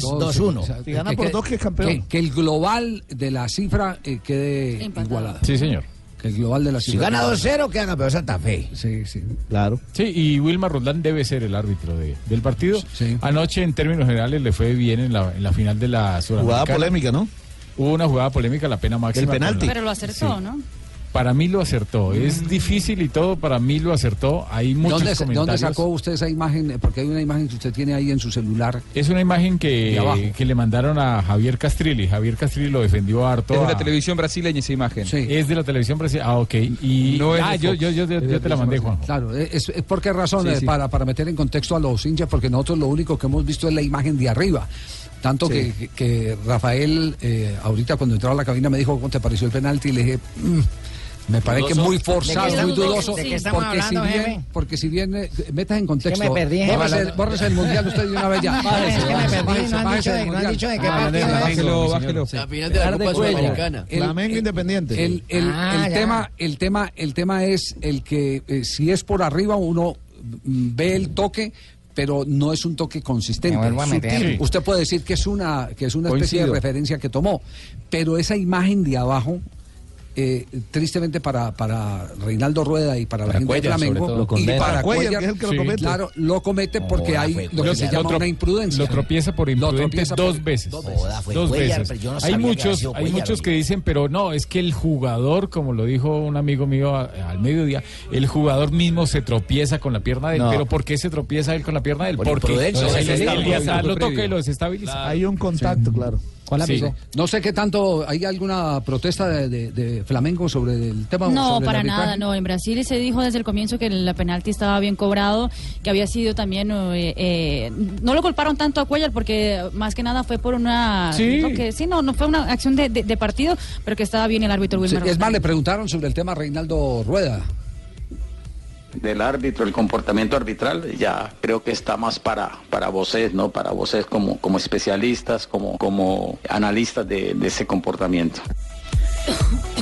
[SPEAKER 11] 4-3, 2-1. Si gana por dos,
[SPEAKER 8] que es campeón. Que, que el global de la cifra eh, quede igualado.
[SPEAKER 11] Sí, señor.
[SPEAKER 8] Que el global de la
[SPEAKER 11] Si
[SPEAKER 8] cifra.
[SPEAKER 11] gana
[SPEAKER 8] 2-0,
[SPEAKER 23] queda campeón Santa Fe.
[SPEAKER 8] Sí, sí.
[SPEAKER 21] Claro.
[SPEAKER 11] Sí, y Wilmar Roldán debe ser el árbitro de- del partido. Anoche, en términos generales, le fue bien en la, en la final de la Sudamericana.
[SPEAKER 21] Jugada polémica, ¿no?
[SPEAKER 11] Hubo una jugada polémica, la pena máxima. con la-
[SPEAKER 20] Pero lo Mm. acertó, ¿no?
[SPEAKER 11] Para mí lo acertó. Es difícil y todo, para mí lo acertó. Hay muchos
[SPEAKER 8] ¿Dónde,
[SPEAKER 11] comentarios.
[SPEAKER 8] ¿Dónde sacó usted esa imagen? Eh, Porque hay una imagen que usted tiene ahí en su celular.
[SPEAKER 11] Es una imagen
[SPEAKER 8] De abajo.
[SPEAKER 11] que, que le mandaron a Javier Castrilli. Javier Castrilli lo defendió harto.
[SPEAKER 13] Es de la
[SPEAKER 11] a-
[SPEAKER 13] televisión brasileña esa imagen.
[SPEAKER 11] Es de la televisión brasileña. Ah, ok. Y,
[SPEAKER 13] No es
[SPEAKER 11] ah,
[SPEAKER 13] de
[SPEAKER 11] yo,
[SPEAKER 13] Fox.
[SPEAKER 11] yo, yo, yo-
[SPEAKER 13] Es de
[SPEAKER 11] yo te la mandé, Juanjo.
[SPEAKER 13] televisión
[SPEAKER 8] Claro, eh, es, es por qué razón,
[SPEAKER 11] Sí,
[SPEAKER 8] eh,
[SPEAKER 11] sí.
[SPEAKER 8] Para, para meter en contexto a los hinchas, porque nosotros lo único que hemos visto es la imagen de arriba. Tanto
[SPEAKER 21] Sí.
[SPEAKER 8] que, que Rafael, eh, ahorita cuando entraba a la cabina, me dijo, ¿cómo te pareció el penalti? Y le dije, "Mm, me parece que
[SPEAKER 21] Dudoso.
[SPEAKER 8] muy
[SPEAKER 21] ¿De qué
[SPEAKER 8] forzado, muy
[SPEAKER 21] estamos-
[SPEAKER 8] dudoso.
[SPEAKER 21] de qué estamos
[SPEAKER 8] porque,
[SPEAKER 21] hablando,
[SPEAKER 8] si
[SPEAKER 21] jefe?
[SPEAKER 8] bien, porque si bien, eh, metas en contexto,
[SPEAKER 21] me perdí, jefe.
[SPEAKER 8] bórrese, el- bórrese el mundial usted de una vez ya.
[SPEAKER 21] No, es que me perdí, no han
[SPEAKER 8] bájese,
[SPEAKER 21] dicho
[SPEAKER 8] bájese
[SPEAKER 21] de- no
[SPEAKER 8] del
[SPEAKER 21] han
[SPEAKER 8] mundial.
[SPEAKER 21] dicho de qué Ah, partido bájelo, es. bájelo, bájelo.
[SPEAKER 8] Sí.
[SPEAKER 21] La final de la Copa Sudamericana.
[SPEAKER 8] El-
[SPEAKER 21] Flamengo Independiente.
[SPEAKER 8] El, el-
[SPEAKER 21] Ah,
[SPEAKER 8] el
[SPEAKER 21] ya.
[SPEAKER 8] tema, el tema, el tema es el que eh, si es por arriba uno mm, ve el toque. Pero no es un toque consistente.
[SPEAKER 23] Me vuelvo a meter.
[SPEAKER 8] sutil.
[SPEAKER 23] Sí.
[SPEAKER 8] Usted puede decir que es una, que es una especie de
[SPEAKER 23] Coincido.
[SPEAKER 8] referencia que tomó, pero esa imagen de abajo, eh, tristemente para, para Reinaldo Rueda y para, la
[SPEAKER 23] Para
[SPEAKER 8] gente
[SPEAKER 23] Cuellar,
[SPEAKER 8] de
[SPEAKER 23] sobre todo.
[SPEAKER 8] Flamengo,
[SPEAKER 23] Lo
[SPEAKER 8] y
[SPEAKER 23] condena.
[SPEAKER 8] para
[SPEAKER 23] Para Cuellar,
[SPEAKER 8] Cuellar,
[SPEAKER 23] que es el que lo
[SPEAKER 8] sí.
[SPEAKER 23] comete.
[SPEAKER 8] claro, lo comete porque
[SPEAKER 23] Joda,
[SPEAKER 8] hay
[SPEAKER 23] fue
[SPEAKER 8] lo que
[SPEAKER 23] Cuellar.
[SPEAKER 8] se
[SPEAKER 23] Lo
[SPEAKER 8] llama
[SPEAKER 23] tro-
[SPEAKER 8] una imprudencia.
[SPEAKER 11] Lo tropieza por imprudente
[SPEAKER 8] tropieza
[SPEAKER 11] dos
[SPEAKER 8] por-
[SPEAKER 11] veces.
[SPEAKER 8] dos veces.
[SPEAKER 11] Dos
[SPEAKER 8] fue Cuellar,
[SPEAKER 11] veces.
[SPEAKER 8] pero yo no
[SPEAKER 11] hay
[SPEAKER 8] sabía que había
[SPEAKER 11] muchos,
[SPEAKER 8] sido
[SPEAKER 11] hay
[SPEAKER 8] Cuellar,
[SPEAKER 11] muchos que dicen, pero no, es que el jugador, como lo dijo un amigo mío a- al mediodía, el jugador mismo se tropieza con la pierna de él.
[SPEAKER 21] No.
[SPEAKER 11] Pero ¿por qué se tropieza él con la pierna de él?
[SPEAKER 21] Por
[SPEAKER 11] Porque
[SPEAKER 21] imprudencia.
[SPEAKER 11] él-
[SPEAKER 21] Sí,
[SPEAKER 11] él-
[SPEAKER 21] sí,
[SPEAKER 11] él-
[SPEAKER 21] sí,
[SPEAKER 11] él-
[SPEAKER 21] sí,
[SPEAKER 11] él-
[SPEAKER 21] sí,
[SPEAKER 11] lo
[SPEAKER 21] sí.
[SPEAKER 11] toca y lo desestabiliza.
[SPEAKER 21] Hay un contacto, claro.
[SPEAKER 8] ¿Cuál
[SPEAKER 11] Sí.
[SPEAKER 8] amigo? No sé qué tanto, ¿hay alguna protesta de, de- de Flamengo sobre el tema?
[SPEAKER 20] No,
[SPEAKER 8] sobre el
[SPEAKER 20] para
[SPEAKER 8] arbitraje?
[SPEAKER 20] nada, no. En Brasil se dijo desde el comienzo que la penalti estaba bien cobrado, que había sido también. eh, eh, no lo culparon tanto a Cuellar porque más que nada fue por una.
[SPEAKER 8] Sí.
[SPEAKER 20] dijo que- sí, no, no fue una acción de, de- de partido, pero que estaba bien el árbitro
[SPEAKER 8] Sí,
[SPEAKER 20] Wilmer.
[SPEAKER 8] es
[SPEAKER 20] Roldán.
[SPEAKER 8] más, le preguntaron sobre el tema a Reinaldo Rueda.
[SPEAKER 29] del árbitro, el comportamiento arbitral, ya creo que está más para, para voces, ¿no? Para voces como, como especialistas, como, como analistas de- de ese comportamiento.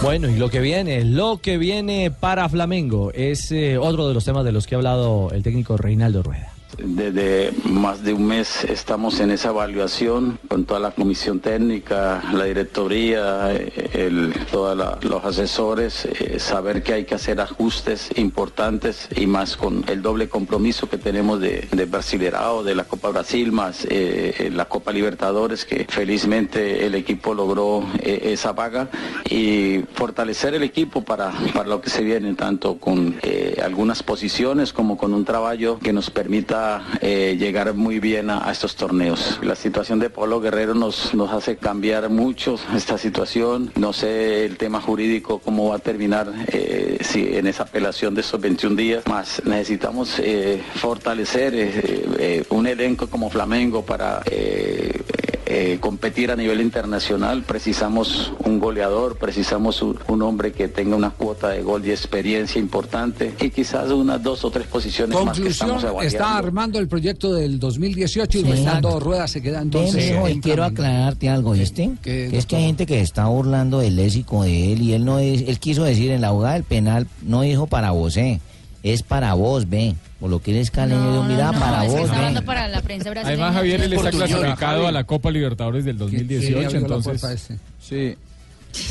[SPEAKER 22] Bueno, y lo que viene, lo que viene para Flamengo es eh, otro de los temas de los que ha hablado el técnico Reinaldo Rueda.
[SPEAKER 29] Desde más de un mes estamos en esa evaluación con toda la comisión técnica, la directoría, eh, el- toda la- los asesores, eh, saber que hay que hacer ajustes importantes y más con el doble compromiso que tenemos de, de Brasilerao, de la Copa Brasil, más eh, eh, la Copa Libertadores, que felizmente el equipo logró eh, esa vaga y fortalecer el equipo para, para lo que se viene, tanto con eh, algunas posiciones como con un trabajo que nos permita eh, llegar muy bien a, a estos torneos. La situación de Pablo Guerrero nos, nos hace cambiar mucho esta situación. No sé el tema jurídico cómo va a terminar eh, si en esa apelación de esos 21 días, más necesitamos eh, fortalecer eh, eh, un elenco como Flamengo para... eh, eh, competir a nivel internacional, precisamos un goleador, precisamos un, un hombre que tenga una cuota de gol y experiencia importante y quizás unas dos o tres posiciones más que
[SPEAKER 8] Conclusión,
[SPEAKER 29] estamos evaluando.
[SPEAKER 8] está armando el proyecto del 2018 y
[SPEAKER 29] Sí.
[SPEAKER 8] Reinaldo Rueda se queda entonces.
[SPEAKER 9] eh,
[SPEAKER 18] Ven, hijo, y
[SPEAKER 8] en
[SPEAKER 18] quiero
[SPEAKER 8] Flamengo.
[SPEAKER 18] aclararte algo, ¿viste?
[SPEAKER 8] ¿Qué,
[SPEAKER 18] Que es que
[SPEAKER 8] doctor?
[SPEAKER 18] hay gente que está burlando del léxico de él y él no es, él quiso decir en la jugada del penal, no dijo para vos, eh, es para vos, ve. Por lo que eres caleño, digo, mira,
[SPEAKER 20] No,
[SPEAKER 18] para
[SPEAKER 20] es que
[SPEAKER 18] vos,
[SPEAKER 20] está
[SPEAKER 18] ve.
[SPEAKER 20] hablando para la prensa brasileña.
[SPEAKER 11] Además, Javier él está
[SPEAKER 18] Portuñol,
[SPEAKER 11] clasificado
[SPEAKER 18] Javi.
[SPEAKER 11] a la Copa Libertadores del 2018,
[SPEAKER 13] abrió la puerta
[SPEAKER 11] entonces. Sí.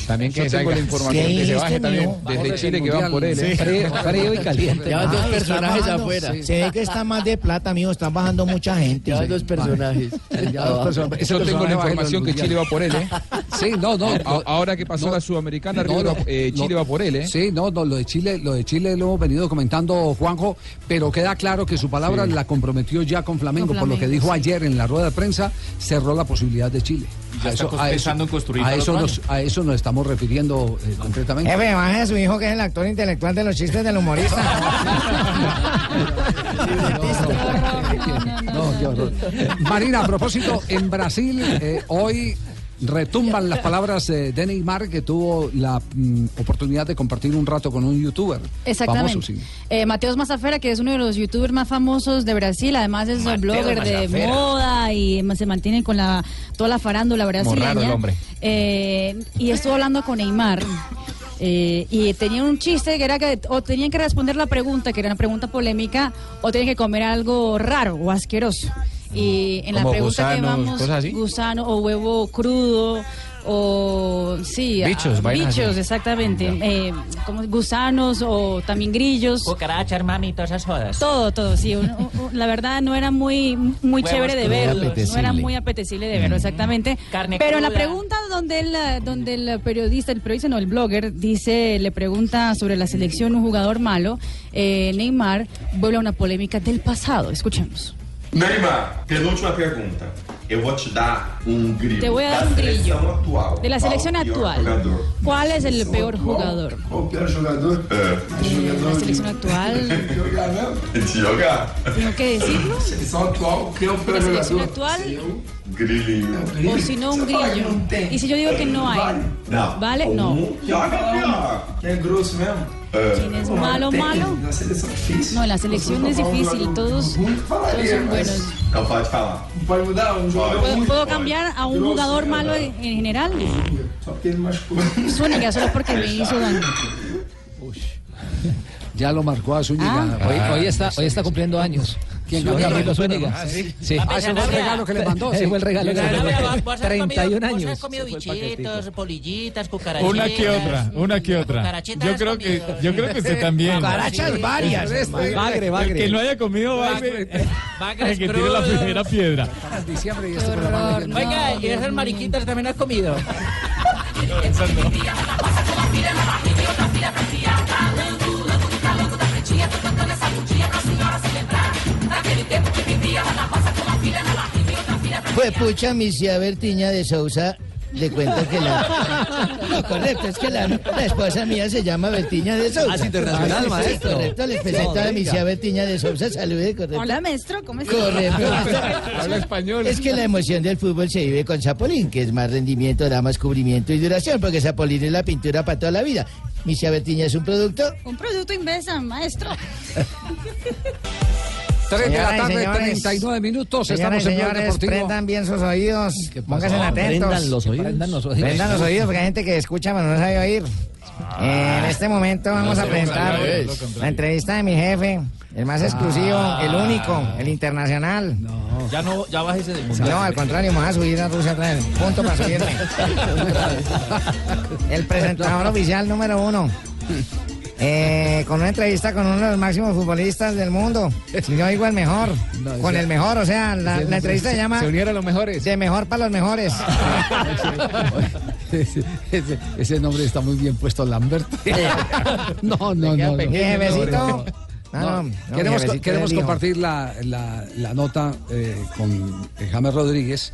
[SPEAKER 11] También
[SPEAKER 13] Yo tengo la información que se baje también desde Chile que van por él. ¿eh?
[SPEAKER 23] Llevan dos
[SPEAKER 18] Ay, está
[SPEAKER 23] personajes
[SPEAKER 18] bajando,
[SPEAKER 23] afuera.
[SPEAKER 18] Se ve que está más de plata, amigo, están bajando mucha gente.
[SPEAKER 23] Llevan
[SPEAKER 18] Sí.
[SPEAKER 23] dos personajes.
[SPEAKER 18] Vale.
[SPEAKER 23] Llevan dos personajes.
[SPEAKER 13] Yo tengo la información que Chile va por él. ¿eh?
[SPEAKER 8] Sí, no, no.
[SPEAKER 13] A- ahora que pasó la Sudamericana, River va- eh, Chile va por él, ¿eh?
[SPEAKER 8] Sí, no, no, lo de Chile, lo de Chile lo hemos venido comentando Juanjo, pero queda claro que su palabra la comprometió ya con Flamengo,
[SPEAKER 1] Con
[SPEAKER 8] por lo que
[SPEAKER 1] Flamengo,
[SPEAKER 8] dijo
[SPEAKER 1] sí.
[SPEAKER 8] ayer en la rueda de prensa, cerró la posibilidad de Chile.
[SPEAKER 1] Ya está cos- pensando en construir
[SPEAKER 8] a
[SPEAKER 1] para
[SPEAKER 8] eso,
[SPEAKER 1] otro
[SPEAKER 8] nos, a eso nos estamos refiriendo eh, concretamente.
[SPEAKER 9] Jefe, baje a su hijo que es el actor intelectual de los chistes del humorista.
[SPEAKER 8] No, qué horror. Marina, a propósito, en Brasil eh, hoy retumban las palabras eh, de Neymar que tuvo la mm, oportunidad de compartir un rato con un youtuber.
[SPEAKER 20] Exactamente.
[SPEAKER 8] Famoso, sí.
[SPEAKER 20] Eh, Mateos Mazafera, que es uno de los youtubers más famosos de Brasil, además es un blogger de
[SPEAKER 8] Mazafera.
[SPEAKER 20] moda y ma- se mantiene con la toda la farándula brasileña.
[SPEAKER 4] raro el hombre.
[SPEAKER 20] Eh, y estuvo hablando con Neymar. eh, y tenía un chiste que era que o tenían que responder la pregunta, que era una pregunta polémica, o tenían que comer algo raro o asqueroso. Y en la
[SPEAKER 10] Como
[SPEAKER 20] pregunta que
[SPEAKER 10] gusanos,
[SPEAKER 20] vamos,
[SPEAKER 10] cosas así.
[SPEAKER 20] gusano o huevo crudo, o sí,
[SPEAKER 10] Bichos,
[SPEAKER 20] ah,
[SPEAKER 10] vainas así.
[SPEAKER 20] bichos, exactamente. eh, como gusanos o también grillos. Cucarachas, mami, todas esas jodas. Todo, todo, sí. un- un- un- la verdad no era muy, muy
[SPEAKER 6] Huevos
[SPEAKER 20] chévere de
[SPEAKER 6] crudos.
[SPEAKER 20] verlo. No era
[SPEAKER 6] Apetecible.
[SPEAKER 20] muy apetecible de verlo, exactamente. Pero en la
[SPEAKER 6] cruda.
[SPEAKER 20] pregunta donde el, eh, donde el periodista, el periodista no, el blogger, dice, le pregunta sobre la selección un jugador malo, eh, Neymar vuelve a una polémica del pasado. Escuchemos.
[SPEAKER 7] Neymar, penúltima pergunta. Eu vou te dar um grilho.
[SPEAKER 20] Te voy a dar
[SPEAKER 7] da
[SPEAKER 20] un grillo.
[SPEAKER 7] seleção atual.
[SPEAKER 20] De la
[SPEAKER 7] Qual
[SPEAKER 20] selección
[SPEAKER 7] o pior
[SPEAKER 20] actual.
[SPEAKER 7] jogador?
[SPEAKER 20] ¿Cuál es el peor jugador?
[SPEAKER 7] Qual o pior jogador? É,
[SPEAKER 20] La selección actual,
[SPEAKER 7] de jogar.
[SPEAKER 20] tengo que decirlo.
[SPEAKER 7] Seleção atual, quem é o
[SPEAKER 20] La
[SPEAKER 7] pior jogador?
[SPEAKER 20] selección
[SPEAKER 7] É
[SPEAKER 20] actual.
[SPEAKER 7] Grilinho.
[SPEAKER 20] O si no, un grillo. Y si yo digo que no hay,
[SPEAKER 7] Não. Um.
[SPEAKER 20] ¿vale? No.
[SPEAKER 7] Joga lá. Quem é grosso mesmo? Quem é
[SPEAKER 20] Malo, malo.
[SPEAKER 7] Na seleção difícil.
[SPEAKER 20] No, la selección es difícil. Todos, todos son buenos.
[SPEAKER 7] Não Então pode falar. Pode mudar um jogador
[SPEAKER 20] ¿Puedo,
[SPEAKER 7] muito
[SPEAKER 20] puedo
[SPEAKER 7] bom.
[SPEAKER 20] cambiar a un jugador malo en en general?
[SPEAKER 7] Só porque ele machucou.
[SPEAKER 20] Zúñiga, solo porque me hizo daño.
[SPEAKER 8] Ya lo marcó a Zúñiga.
[SPEAKER 9] Ah.
[SPEAKER 28] Hoy, hoy está, hoy está cumpliendo años.
[SPEAKER 8] ¿Quién
[SPEAKER 28] Juan
[SPEAKER 8] ganó?
[SPEAKER 28] Camilo Zúñiga.
[SPEAKER 8] Ah, ¿sí?
[SPEAKER 28] Sí.
[SPEAKER 8] Ah, ese fue el regalo que le mandó, sí.
[SPEAKER 28] Ese fue el regalo que le mandó.
[SPEAKER 8] Claro,
[SPEAKER 28] Vos-
[SPEAKER 30] vos has
[SPEAKER 28] 31
[SPEAKER 30] comido- vos has
[SPEAKER 28] años.
[SPEAKER 30] comido bichitos, polillitas, cucarachitas.
[SPEAKER 11] Una que otra, una que otra.
[SPEAKER 30] Cucarachitas
[SPEAKER 11] Yo creo que,
[SPEAKER 30] comido.
[SPEAKER 11] yo creo que usted también.
[SPEAKER 30] Cucarachas varias, hermano. Bagre, bagre.
[SPEAKER 11] El que no haya comido bagre, el que tiene la
[SPEAKER 30] crudos.
[SPEAKER 11] primera piedra.
[SPEAKER 9] Ah,
[SPEAKER 8] Diciembre y
[SPEAKER 30] Qué horror. Oiga, y esas mariquitas también has comido.
[SPEAKER 18] Pues pucha, mi tía Bertiña de Sousa le cuento que la. No, correcto, es que la, la esposa mía se llama Bertiña de Sousa.
[SPEAKER 28] Ah, sí, internacional,
[SPEAKER 18] Sí,
[SPEAKER 28] maestro.
[SPEAKER 18] correcto, les presento a mi tía Bertiña de Sousa. Salude, correcto.
[SPEAKER 20] Hola, maestro, ¿cómo estás?
[SPEAKER 18] Correcto.
[SPEAKER 20] Habla
[SPEAKER 18] español. Es que la emoción del fútbol se vive con Zapolín, que es más rendimiento, da más cubrimiento y duración, porque Zapolín es la pintura para toda la vida. Mi tía Bertiña es un producto.
[SPEAKER 20] Un producto inversa, maestro.
[SPEAKER 8] 3 de la
[SPEAKER 9] Señoras y
[SPEAKER 8] tarde,
[SPEAKER 9] señores.
[SPEAKER 8] 39 minutos.
[SPEAKER 9] Señoras
[SPEAKER 8] estamos en
[SPEAKER 9] y
[SPEAKER 8] Blog
[SPEAKER 9] señores,
[SPEAKER 8] Deportivo.
[SPEAKER 9] prendan bien sus oídos. Pónganse
[SPEAKER 8] No,
[SPEAKER 9] atentos.
[SPEAKER 8] prendan los oídos.
[SPEAKER 9] Prendan los oídos. Prendan los oídos, porque hay gente que escucha, pero no sabe oír. Eh, en este momento vamos a
[SPEAKER 28] lo
[SPEAKER 9] presentar
[SPEAKER 28] contrario es. Lo
[SPEAKER 9] la entrevista de mi jefe, el más exclusivo, el único, el internacional. No,
[SPEAKER 30] Ya no, ya bájese del mundo.
[SPEAKER 9] al contrario, me vas a subir a Rusia otra vez. Punto para subirme. El presentador oficial número uno. Eh, con una entrevista con uno de los máximos futbolistas del mundo. Si yo digo el mejor.
[SPEAKER 28] No,
[SPEAKER 9] con
[SPEAKER 28] ese-
[SPEAKER 9] el mejor, o sea, la,
[SPEAKER 28] ese no
[SPEAKER 9] la
[SPEAKER 28] se-
[SPEAKER 9] entrevista se,
[SPEAKER 28] se-
[SPEAKER 9] llama.
[SPEAKER 28] se
[SPEAKER 9] unieron los mejores. De mejor para los mejores.
[SPEAKER 8] Ese, ese- ese nombre está muy bien puesto, Lambert. No, no, no. no.
[SPEAKER 9] Jefecito. No,
[SPEAKER 8] No,
[SPEAKER 9] no,
[SPEAKER 8] queremos
[SPEAKER 9] jefecito
[SPEAKER 8] queremos
[SPEAKER 9] del hijo.
[SPEAKER 8] compartir la, la- la nota eh, con eh, James Rodríguez,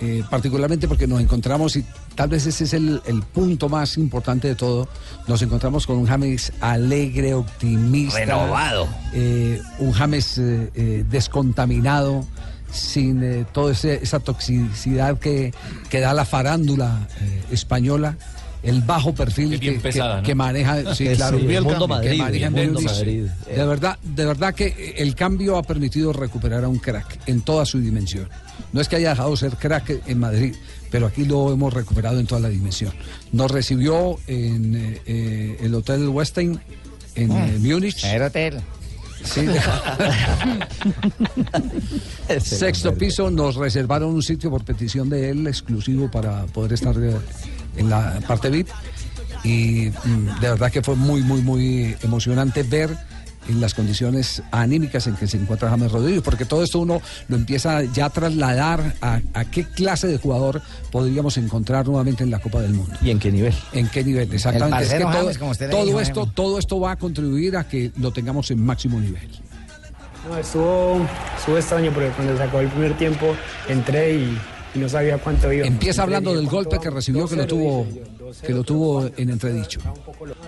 [SPEAKER 8] eh, particularmente porque nos encontramos, y tal vez ese es el, el punto más importante de todo, nos encontramos con un James alegre, optimista.
[SPEAKER 16] Renovado.
[SPEAKER 8] eh, un James eh, eh, descontaminado, sin eh, toda ese- esa toxicidad que, que da la farándula eh, española. El bajo perfil que,
[SPEAKER 1] bien
[SPEAKER 8] que-
[SPEAKER 1] pesada, ¿no?
[SPEAKER 8] que maneja, sí,
[SPEAKER 1] Sí,
[SPEAKER 8] claro,
[SPEAKER 1] el mundo
[SPEAKER 8] que
[SPEAKER 1] Madrid,
[SPEAKER 8] maneja
[SPEAKER 1] el mundo
[SPEAKER 8] Madrid.
[SPEAKER 1] Madrid. eh.
[SPEAKER 8] De verdad, de verdad que el cambio ha permitido recuperar a un crack en toda su dimensión. No es que haya dejado de ser crack en Madrid, pero aquí lo hemos recuperado en toda la dimensión. Nos recibió en eh, eh, el Hotel Westin en
[SPEAKER 9] Ah,
[SPEAKER 1] Mm.
[SPEAKER 8] eh, Múnich.
[SPEAKER 9] Era hotel.
[SPEAKER 8] Sí. Sexto piso, nos reservaron un sitio por petición de él exclusivo para poder estar eh, en la parte VIP. Y mm, de verdad que fue muy, muy, muy emocionante ver en las condiciones anímicas en que se encuentra James Rodríguez, porque todo esto uno lo empieza ya a trasladar a, a qué clase de jugador podríamos encontrar nuevamente en la Copa del Mundo.
[SPEAKER 22] ¿Y en qué nivel?
[SPEAKER 8] En qué nivel, exactamente. Es que
[SPEAKER 23] parcero
[SPEAKER 8] todo
[SPEAKER 23] James, como usted le
[SPEAKER 8] todo
[SPEAKER 23] dijo,
[SPEAKER 8] esto,
[SPEAKER 23] James.
[SPEAKER 8] todo esto va a contribuir a que lo tengamos en máximo nivel.
[SPEAKER 4] No, estuvo, estuvo extraño porque cuando se acabó el primer tiempo entré y, y no sabía cuánto iba.
[SPEAKER 8] Empieza hablando del golpe que recibió que lo tuvo que lo tuvo en entredicho.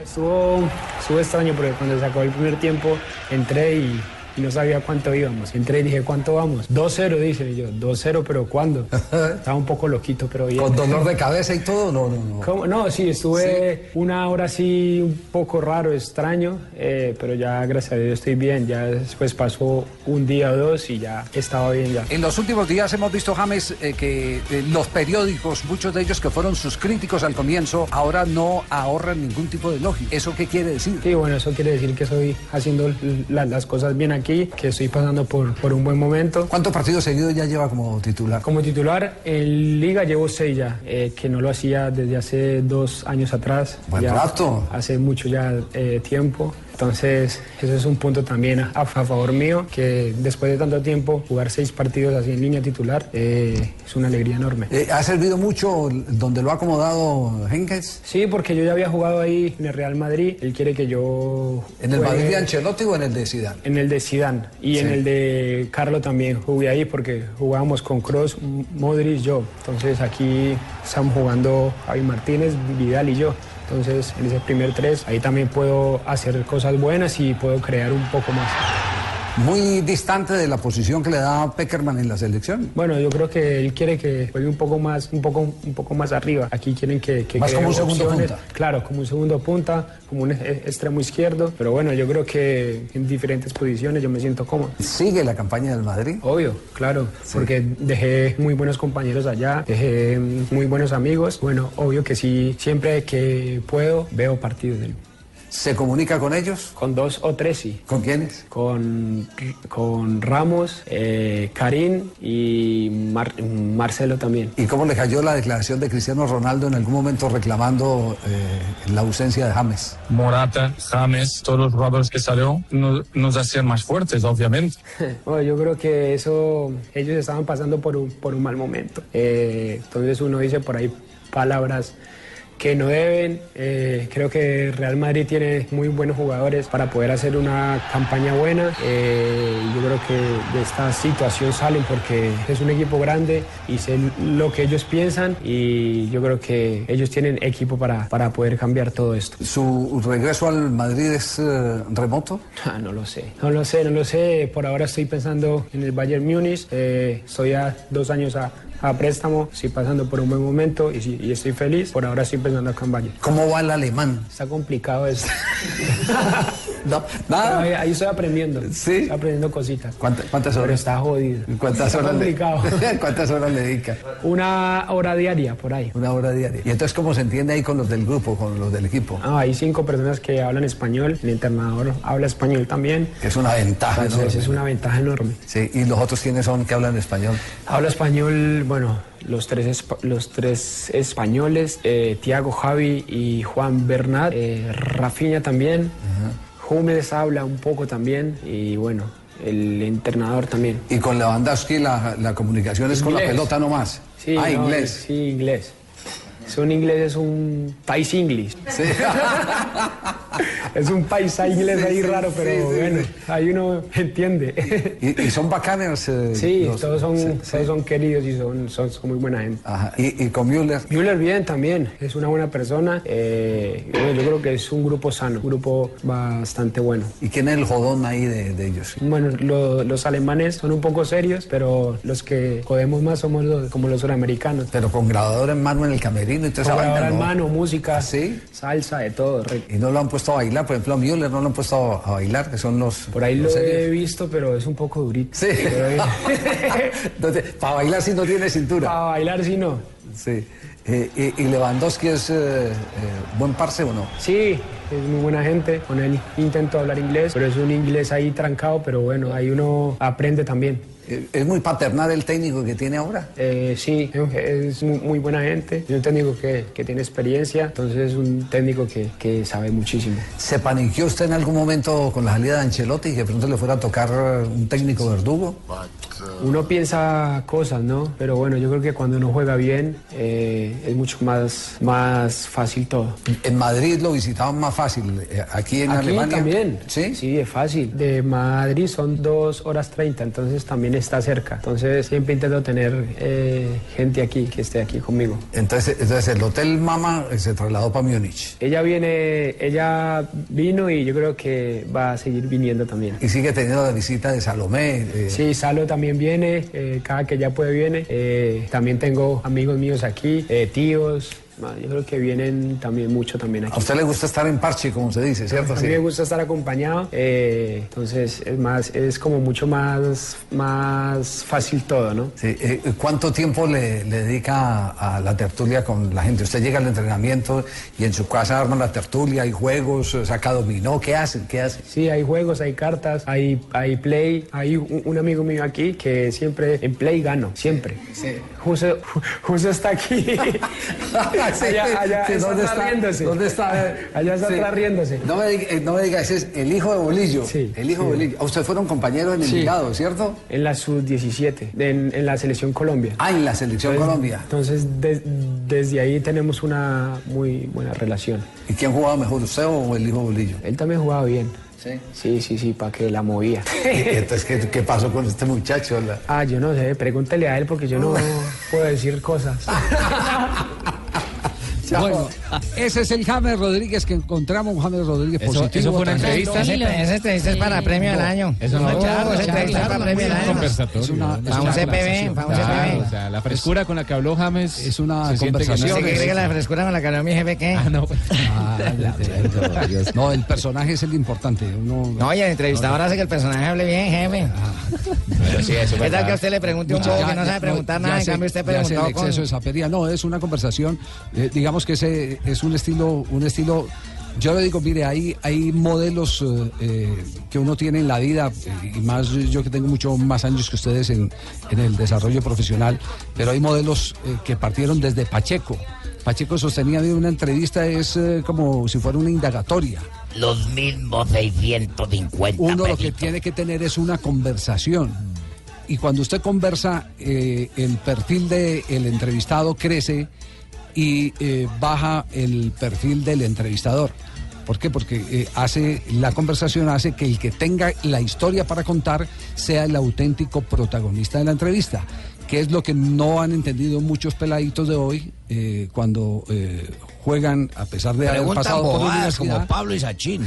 [SPEAKER 4] Estuvo, estuvo extraño porque cuando se acabó el primer tiempo entré y, y no sabía cuánto íbamos. Entré y dije, ¿cuánto vamos? 2-0, dice yo. 2-0, pero ¿cuándo? Estaba un poco loquito, pero bien.
[SPEAKER 6] Con dolor de cabeza y todo, no, no, no.
[SPEAKER 4] ¿Cómo? No, sí, estuve una hora así un poco raro, extraño, eh, pero ya gracias a Dios estoy bien. Ya después pasó un día o dos y ya estaba bien ya.
[SPEAKER 8] En los últimos días hemos visto, James, eh, que eh, los periódicos, muchos de ellos que fueron sus críticos al comienzo, ahora no ahorran ningún tipo de elogio. ¿Eso qué quiere decir?
[SPEAKER 4] Sí, bueno, eso quiere decir que estoy haciendo la- las cosas bien aquí, que estoy pasando por, por un buen momento.
[SPEAKER 6] ¿Cuántos partidos seguidos ya lleva como titular?
[SPEAKER 4] Como titular, en Liga llevo seis ya, eh, que no lo hacía desde hace dos años atrás.
[SPEAKER 6] Buen
[SPEAKER 4] ya
[SPEAKER 6] rato.
[SPEAKER 4] Hace mucho ya eh, tiempo. Entonces, eso es un punto también a, a favor mío, que después de tanto tiempo, jugar seis partidos así en línea titular eh, es una alegría enorme.
[SPEAKER 6] Eh, ¿Ha servido mucho donde lo ha acomodado Henkes?
[SPEAKER 4] Sí, porque yo ya había jugado ahí en el Real Madrid. Él quiere que yo.
[SPEAKER 6] ¿En el
[SPEAKER 4] juegue
[SPEAKER 6] Madrid de Ancelotti o en el de Zidane?
[SPEAKER 4] En el de Zidane y en
[SPEAKER 6] Sí.
[SPEAKER 4] el de Carlo también jugué ahí porque jugábamos con Cross, Modric, yo. Entonces aquí estamos jugando Javi Martínez, Vidal y yo. Entonces en ese primer tres ahí también puedo hacer cosas buenas y puedo crear un poco más.
[SPEAKER 6] Muy distante de la posición que le da Peckerman en la selección.
[SPEAKER 4] Bueno, yo creo que él quiere que juegue un poco más, un poco, un poco más arriba. Aquí quieren que, que
[SPEAKER 6] Más
[SPEAKER 4] cree
[SPEAKER 6] como un segundo
[SPEAKER 4] opciones.
[SPEAKER 6] punta.
[SPEAKER 4] Claro, como un segundo punta, como un e- extremo izquierdo. Pero bueno, yo creo que en diferentes posiciones yo me siento cómodo.
[SPEAKER 6] ¿Sigue la campaña del Madrid?
[SPEAKER 4] Obvio, claro, porque dejé muy buenos compañeros allá, dejé mm, muy buenos amigos. Bueno, obvio que sí, siempre que puedo veo partidos de él.
[SPEAKER 6] ¿Se comunica con ellos?
[SPEAKER 4] Con dos o tres, sí.
[SPEAKER 6] ¿Con quiénes?
[SPEAKER 4] Con, con Ramos, eh, Karim y Mar- Marcelo también.
[SPEAKER 6] ¿Y cómo le cayó la declaración de Cristiano Ronaldo en algún momento reclamando eh, la ausencia de James?
[SPEAKER 24] Morata, James, todos los jugadores que salió no- nos hacían más fuertes, obviamente.
[SPEAKER 4] Bueno, yo creo que eso, ellos estaban pasando por un, por un mal momento. Eh, entonces uno dice por ahí palabras que no deben. Eh, creo que Real Madrid tiene muy buenos jugadores para poder hacer una campaña buena. Eh, yo creo que de esta situación salen porque es un equipo grande y sé lo que ellos piensan y yo creo que ellos tienen equipo para, para poder cambiar todo esto.
[SPEAKER 6] ¿Su regreso al Madrid es eh, remoto?
[SPEAKER 4] Ah, no lo sé. No lo sé, no lo sé. Por ahora estoy pensando en el Bayern Múnich. Eh, estoy a dos años a, a préstamo. Estoy pasando por un buen momento y, sí- y estoy feliz. Por ahora estoy pensando acá en Bayern.
[SPEAKER 6] ¿Cómo va el alemán?
[SPEAKER 4] Está complicado eso. Pero Ahí, ahí estoy aprendiendo. Sí. Estoy aprendiendo cositas.
[SPEAKER 6] ¿Cuántas,
[SPEAKER 4] Pero está jodido.
[SPEAKER 6] ¿Cuántas
[SPEAKER 4] está
[SPEAKER 6] horas le-
[SPEAKER 4] complicado.
[SPEAKER 6] ¿Cuántas horas le dedica?
[SPEAKER 4] Una hora diaria, por ahí.
[SPEAKER 6] Una hora diaria. ¿Y entonces cómo se entiende ahí con los del grupo, con los del equipo?
[SPEAKER 4] Ah, hay cinco personas que hablan español. El entrenador habla español también.
[SPEAKER 6] Es una ventaja
[SPEAKER 4] Entonces,
[SPEAKER 6] enorme.
[SPEAKER 4] Es una ventaja enorme.
[SPEAKER 6] Sí, ¿y los otros quiénes son que hablan español?
[SPEAKER 4] Habla español, bueno, los tres, espa- los tres españoles, eh, Tiago, Javi y Juan Bernat, eh, Rafinha también, Hummels habla un poco también y bueno, el entrenador también.
[SPEAKER 6] Y con Lewandowski la, la comunicación es con la
[SPEAKER 4] Inglés.
[SPEAKER 6] pelota nomás.
[SPEAKER 4] Sí,
[SPEAKER 6] ah,
[SPEAKER 4] no,
[SPEAKER 6] inglés.
[SPEAKER 4] Sí, inglés. Es un inglés, es un país inglés. es un paisa inglés
[SPEAKER 6] Sí,
[SPEAKER 4] ahí
[SPEAKER 6] sí,
[SPEAKER 4] raro,
[SPEAKER 6] sí,
[SPEAKER 4] pero
[SPEAKER 6] sí,
[SPEAKER 4] bueno,
[SPEAKER 6] sí.
[SPEAKER 4] ahí uno entiende.
[SPEAKER 6] ¿Y, y son bacaners? eh,
[SPEAKER 4] Sí,
[SPEAKER 6] los-
[SPEAKER 4] todos, son,
[SPEAKER 6] sí,
[SPEAKER 4] todos son queridos y son, son, son muy buena gente.
[SPEAKER 6] Ajá. ¿Y, y con Müller?
[SPEAKER 4] Müller bien también, es una buena persona. eh, y bueno, yo creo que es un grupo sano, un grupo bastante bueno.
[SPEAKER 6] ¿Y quién es el jodón ahí de, de ellos?
[SPEAKER 4] Bueno, lo- los alemanes son un poco serios, pero los que jodemos más somos los, como los suramericanos.
[SPEAKER 6] Pero con grabador en mano en el camerino y toda esa
[SPEAKER 4] Con
[SPEAKER 6] vaina,
[SPEAKER 4] grabadora en
[SPEAKER 6] ¿no? ¿Ah,
[SPEAKER 4] mano, música,
[SPEAKER 6] ¿Sí?
[SPEAKER 4] salsa, de todo. re-
[SPEAKER 6] Y no lo han puesto a bailar, por ejemplo, a Müller no lo han puesto a, a bailar, que son los.
[SPEAKER 4] Por ahí lo
[SPEAKER 6] los serios.
[SPEAKER 4] he visto, pero es un poco durito.
[SPEAKER 6] Sí.
[SPEAKER 4] Pero, eh,
[SPEAKER 6] Entonces, para bailar si no tiene cintura. Para
[SPEAKER 4] bailar si no.
[SPEAKER 6] Sí. Eh, y, y Lewandowski es eh, eh, buen parce o no?
[SPEAKER 4] Sí, es muy buena gente. Con él intento hablar inglés, pero es un inglés ahí trancado, pero bueno, ahí uno aprende también.
[SPEAKER 6] Eh, ¿Es muy paternal el técnico que tiene ahora?
[SPEAKER 4] Eh, sí, es muy, muy buena gente, es un técnico que, que tiene experiencia, entonces es un técnico que, que sabe muchísimo.
[SPEAKER 6] ¿Se paniqueó usted en algún momento con la salida de Ancelotti y que de pronto le fuera a tocar un técnico verdugo?
[SPEAKER 4] Uno piensa cosas, ¿no? Pero bueno, yo creo que cuando uno juega bien eh, es mucho más, más fácil todo.
[SPEAKER 6] En Madrid lo visitaban más fácil, eh, aquí en
[SPEAKER 4] Aquí
[SPEAKER 6] Alemania.
[SPEAKER 4] también. ¿Sí? Sí, es fácil. De Madrid son dos horas 30, entonces también está cerca. Entonces siempre intento tener eh, gente aquí que esté aquí conmigo.
[SPEAKER 6] Entonces, entonces el hotel Mama eh, se trasladó para Múnich.
[SPEAKER 4] Ella viene, ella vino y yo creo que va a seguir viniendo también.
[SPEAKER 6] Y sigue teniendo la visita de Salomé. eh,
[SPEAKER 4] Sí, Salo también viene, eh, cada que ya puede viene. Eh, también tengo amigos míos aquí, eh, tíos. No, Yo creo que vienen también mucho también aquí.
[SPEAKER 6] A usted le gusta estar en parche, como se dice, ¿cierto?
[SPEAKER 4] A mí me gusta estar acompañado, eh, entonces es más, es como mucho más, más fácil todo, ¿no?
[SPEAKER 6] Sí, eh, ¿Cuánto tiempo le, le dedica a, a la tertulia con la gente? Usted llega al entrenamiento y en su casa arman la tertulia, hay juegos, eh, saca dominó, ¿qué hacen? ¿Qué hacen?
[SPEAKER 4] Sí, hay juegos, hay cartas, hay, hay play. Hay un, un amigo mío aquí que siempre en play gano, siempre. Justo, ju- justo está aquí. allá, allá
[SPEAKER 6] Sí,
[SPEAKER 4] está
[SPEAKER 6] ¿dónde está?
[SPEAKER 4] riéndose.
[SPEAKER 6] ¿Dónde está?
[SPEAKER 4] Allá está
[SPEAKER 6] Sí.
[SPEAKER 4] atrás riéndose.
[SPEAKER 6] No me, diga, eh, no me diga, ese es el hijo de Bolillo. el hijo
[SPEAKER 4] sí.
[SPEAKER 6] de Bolillo. Usted fueron compañeros en
[SPEAKER 4] Sí.
[SPEAKER 6] Envigado, ¿cierto?
[SPEAKER 4] En la sub-17, en, en la selección Colombia.
[SPEAKER 6] Ah, en la selección
[SPEAKER 4] Entonces-
[SPEAKER 6] Colombia.
[SPEAKER 4] Entonces, des- desde ahí tenemos una muy buena relación.
[SPEAKER 6] ¿Y quién jugaba mejor, usted o el hijo de Bolillo?
[SPEAKER 4] Él también jugaba bien.
[SPEAKER 6] Sí.
[SPEAKER 4] Sí, sí, sí, para que la movía.
[SPEAKER 6] Entonces, ¿qué, qué pasó con este muchacho? La-
[SPEAKER 4] Ah, yo no sé, pregúntele a él porque yo no puedo decir cosas.
[SPEAKER 8] Bueno, ese es el James Rodríguez que encontramos, un James Rodríguez
[SPEAKER 16] Eso-
[SPEAKER 8] positivo.
[SPEAKER 16] eso fue una
[SPEAKER 8] tranquilo.
[SPEAKER 16] entrevista. Ese- ese entrevista es para premio del año.
[SPEAKER 8] eso
[SPEAKER 16] No, esa entrevista es para premio del año.
[SPEAKER 8] Es una-
[SPEAKER 16] Para
[SPEAKER 8] es
[SPEAKER 16] un
[SPEAKER 8] una
[SPEAKER 16] CPB, para un
[SPEAKER 8] conversación.
[SPEAKER 16] CPB.
[SPEAKER 8] O sea,
[SPEAKER 11] La frescura con la que habló James
[SPEAKER 8] es una
[SPEAKER 16] ¿Usted
[SPEAKER 8] conversación.
[SPEAKER 16] qué cree que la frescura con la que habló mi jefe qué?
[SPEAKER 11] no.
[SPEAKER 4] Ah,
[SPEAKER 8] No, el personaje es el importante. Uno...
[SPEAKER 16] No, y el entrevistador hace que el personaje hable bien, jefe. ¿Qué tal que a usted le pregunte a un bobo que no sabe preguntar nada? En cambio, usted preguntó
[SPEAKER 8] el exceso
[SPEAKER 16] con...
[SPEAKER 8] de sapería. No, es una conversación, eh, digamos que ese es un estilo, un estilo. Yo le digo, mire, hay, hay modelos eh, eh, que uno tiene en la vida, eh, y más yo que tengo mucho más años que ustedes en, en el desarrollo profesional, pero hay modelos eh, que partieron desde Pacheco. Pacheco sostenía de una entrevista, es eh, como si fuera una indagatoria.
[SPEAKER 9] Los mismos 650
[SPEAKER 8] Uno lo que tiene que tener es una conversación. Y cuando usted conversa, eh, el perfil del entrevistado crece y eh, baja el perfil del entrevistador. ¿Por qué? Porque eh, hace, la conversación hace que el que tenga la historia para contar sea el auténtico protagonista de la entrevista, que es lo que no han entendido muchos peladitos de hoy eh, cuando eh, juegan, a pesar de haber
[SPEAKER 16] Preguntan
[SPEAKER 8] pasado por la
[SPEAKER 16] bobadas
[SPEAKER 8] universidad.
[SPEAKER 16] como Pablo y Sachin.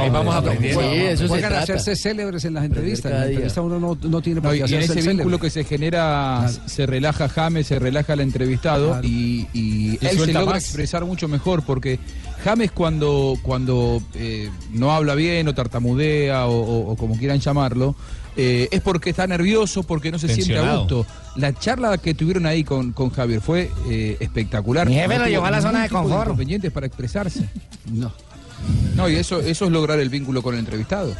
[SPEAKER 8] Ahí vamos a
[SPEAKER 16] aprender. Sí, eso se
[SPEAKER 8] Juegan a
[SPEAKER 16] trata.
[SPEAKER 8] hacerse célebres en las entrevistas. En
[SPEAKER 13] cada
[SPEAKER 8] la
[SPEAKER 13] día.
[SPEAKER 8] entrevista uno no, no tiene por
[SPEAKER 13] No, y
[SPEAKER 8] qué
[SPEAKER 13] en ese
[SPEAKER 8] hacerse el
[SPEAKER 13] vínculo
[SPEAKER 8] célebre.
[SPEAKER 13] que se genera, se relaja James, se relaja el entrevistado
[SPEAKER 8] Claro.
[SPEAKER 13] y, y
[SPEAKER 8] Y
[SPEAKER 13] él se
[SPEAKER 8] suelta
[SPEAKER 13] logra
[SPEAKER 8] más.
[SPEAKER 13] expresar mucho mejor porque James cuando, cuando eh, no habla bien o tartamudea o, o- o como quieran llamarlo, eh, es porque está nervioso, porque no se siente a
[SPEAKER 16] Tensionado.
[SPEAKER 13] gusto. La charla que tuvieron ahí con, con Javier fue eh, espectacular.
[SPEAKER 16] Mi jefe
[SPEAKER 13] No
[SPEAKER 16] lo
[SPEAKER 13] tuvo
[SPEAKER 16] llevó a la
[SPEAKER 13] ningún
[SPEAKER 16] zona de
[SPEAKER 13] tipo
[SPEAKER 16] confort.
[SPEAKER 13] inconvenientes para expresarse.
[SPEAKER 8] No.
[SPEAKER 13] No, y eso, eso es lograr el vínculo con el entrevistado.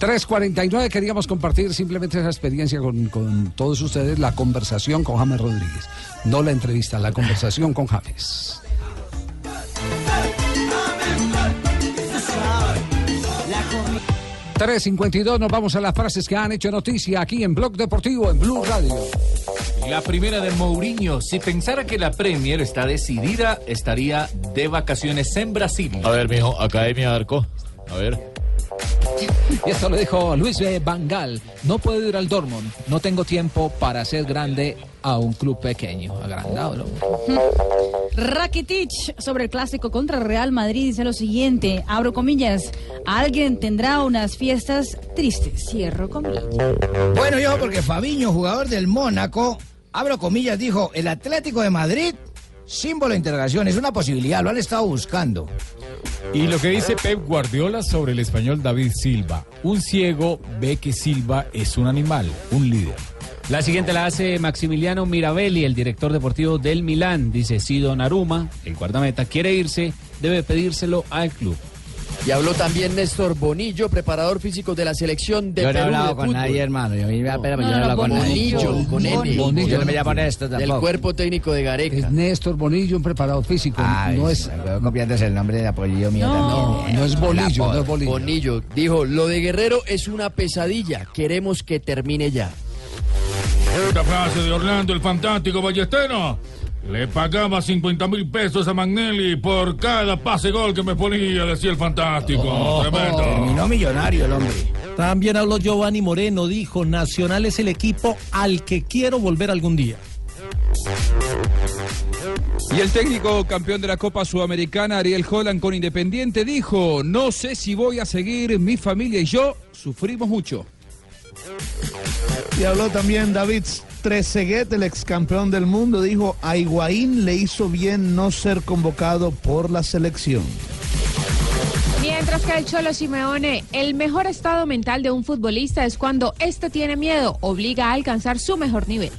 [SPEAKER 8] 349 queríamos compartir simplemente esa experiencia con, con todos ustedes, la conversación con James Rodríguez. No la entrevista, la conversación con James.
[SPEAKER 19] La
[SPEAKER 8] 352 nos vamos a las frases que han hecho noticia aquí en Blog Deportivo, en Blue Radio.
[SPEAKER 1] La primera de Mourinho. Si pensara que la Premier está decidida, estaría de vacaciones en Brasil. A ver, mijo, Academia Arco. A ver.
[SPEAKER 25] Y esto lo dijo Luis de Bangal. No puede ir al Dortmund. No tengo tiempo para ser grande a un club pequeño. Agrandado, ¿no?
[SPEAKER 20] Rakitic sobre el clásico contra Real Madrid dice lo siguiente, abro comillas, alguien tendrá unas fiestas tristes, cierro comillas.
[SPEAKER 16] Bueno, yo porque Fabiño, jugador del Mónaco, abro comillas, dijo, el Atlético de Madrid, símbolo de interrogación, es una posibilidad, lo han estado buscando.
[SPEAKER 11] Y lo que dice Pep Guardiola sobre el español David Silva. Un ciego ve que Silva es un animal, un líder.
[SPEAKER 26] La siguiente la hace Maximiliano Mirabelli, el director deportivo del Milán. Dice, si Donnarumma, el guardameta, quiere irse, debe pedírselo al club.
[SPEAKER 9] Y habló también Néstor Bonillo, preparador físico de la selección de
[SPEAKER 31] Yo no he
[SPEAKER 9] Perú de
[SPEAKER 31] hablado con
[SPEAKER 9] fútbol.
[SPEAKER 31] nadie, hermano. Yo, mira, espérame,
[SPEAKER 9] No,
[SPEAKER 31] yo no he
[SPEAKER 9] no,
[SPEAKER 31] hablado con nadie.
[SPEAKER 9] Bonillo, con N.
[SPEAKER 31] Bonillo, Yo no me llamo Néstor
[SPEAKER 9] Del
[SPEAKER 31] tampoco.
[SPEAKER 9] cuerpo técnico de Gareca.
[SPEAKER 8] Es Néstor Bonillo, un preparado físico. no es.
[SPEAKER 31] copiándose el nombre de apoyo mío
[SPEAKER 9] No,
[SPEAKER 31] también.
[SPEAKER 9] no es
[SPEAKER 8] Bolillo, no es
[SPEAKER 9] Bonillo. dijo, lo de Guerrero es una pesadilla, queremos que termine ya.
[SPEAKER 22] Esta frase de Orlando, el fantástico ballestero. Le pagaba 50 mil pesos a Magnelli por cada pase gol que me ponía, decía el fantástico.
[SPEAKER 19] Oh,
[SPEAKER 22] Tremendo.
[SPEAKER 32] Terminó millonario el hombre.
[SPEAKER 19] También habló Giovanni Moreno, dijo, Nacional es el equipo al que quiero volver algún día.
[SPEAKER 13] Y el técnico campeón de la Copa Sudamericana, Ariel Holland con Independiente, dijo, no sé si voy a seguir, mi familia y yo sufrimos mucho.
[SPEAKER 21] Y habló también David Trezeguet, el ex campeón del mundo, dijo, a Higuaín le hizo bien no ser convocado por la selección.
[SPEAKER 26] Mientras que el Cholo Simeone, el mejor estado mental de un futbolista es cuando éste tiene miedo, obliga a alcanzar su mejor nivel.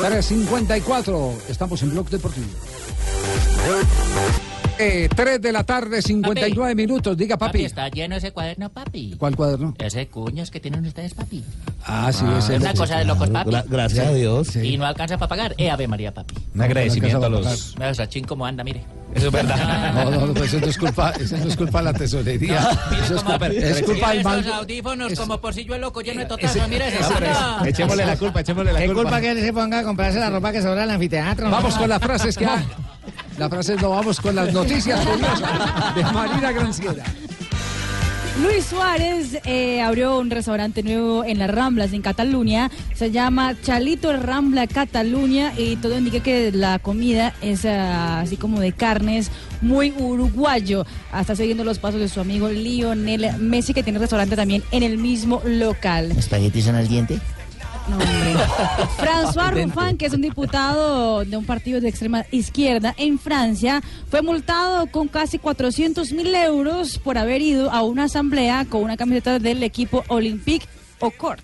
[SPEAKER 8] 3.54, estamos en Blog Deportivo. 3 de la tarde, 59 minutos. Diga,
[SPEAKER 1] Papi,
[SPEAKER 8] papi.
[SPEAKER 1] está lleno ese cuaderno, papi.
[SPEAKER 8] ¿Cuál cuaderno?
[SPEAKER 1] Ese cuños que tienen ustedes, papi.
[SPEAKER 8] Ah, sí, ese
[SPEAKER 1] es una
[SPEAKER 8] sí,
[SPEAKER 1] cosa de locos,
[SPEAKER 8] claro,
[SPEAKER 1] papi.
[SPEAKER 8] gra- gracias a Dios. Sí.
[SPEAKER 1] Y no alcanza para pagar. Eh, Ave María, papi.
[SPEAKER 8] Un agradecimiento No, no alcanza a los-
[SPEAKER 1] Mira, Sachin cómo anda, mire.
[SPEAKER 21] Eso es
[SPEAKER 1] verdad.
[SPEAKER 21] No, no, no, pues eso no es culpa, eso no es culpa de la tesorería. Eso es culpa, es culpa del
[SPEAKER 1] Tiene
[SPEAKER 21] mal.
[SPEAKER 1] esos audífonos como porcillo de loco lleno de
[SPEAKER 21] ese-
[SPEAKER 1] totazo. Mira ese
[SPEAKER 21] Ah, pero
[SPEAKER 1] saca.
[SPEAKER 21] es- echémosle la culpa, echémosle la
[SPEAKER 33] ¿Qué
[SPEAKER 21] culpa.
[SPEAKER 33] culpa que él se ponga a comprarse la ropa que sobra en el anfiteatro?
[SPEAKER 8] Vamos con las frases que hay. Las frases no, vamos con las noticias curiosas de Marina Granciera.
[SPEAKER 20] Luis Suárez eh, abrió un restaurante nuevo en las Ramblas, en Cataluña. Se llama Chalito Rambla Cataluña y todo indica que la comida es ah, así como de carnes, muy uruguayo. Ah, Está siguiendo los pasos de su amigo Lionel Messi, que tiene restaurante también en el mismo local.
[SPEAKER 34] ¿Espaguetis en el diente?
[SPEAKER 20] François
[SPEAKER 34] Atento.
[SPEAKER 20] Ruffin, que es un diputado de un partido de extrema izquierda en Francia, fue multado con casi 400 mil euros por haber ido a una asamblea con una camiseta del equipo Olympique o Court.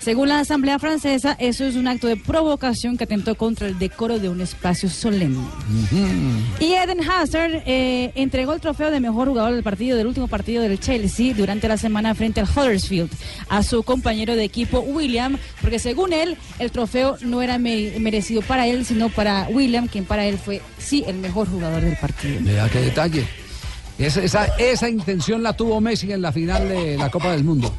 [SPEAKER 20] Según la Asamblea Francesa, eso es un acto de provocación que atentó contra el decoro de un espacio solemne. Y Eden Hazard eh, entregó el trofeo de mejor jugador del partido, del último partido del Chelsea, durante la semana frente al Huddersfield, a su compañero de equipo William, porque según él, el trofeo no era me- merecido para él, sino para William, quien para él fue, sí, el mejor jugador del partido.
[SPEAKER 8] Vea qué detalle. Esa, esa, esa intención la tuvo Messi en la final de la Copa del Mundo.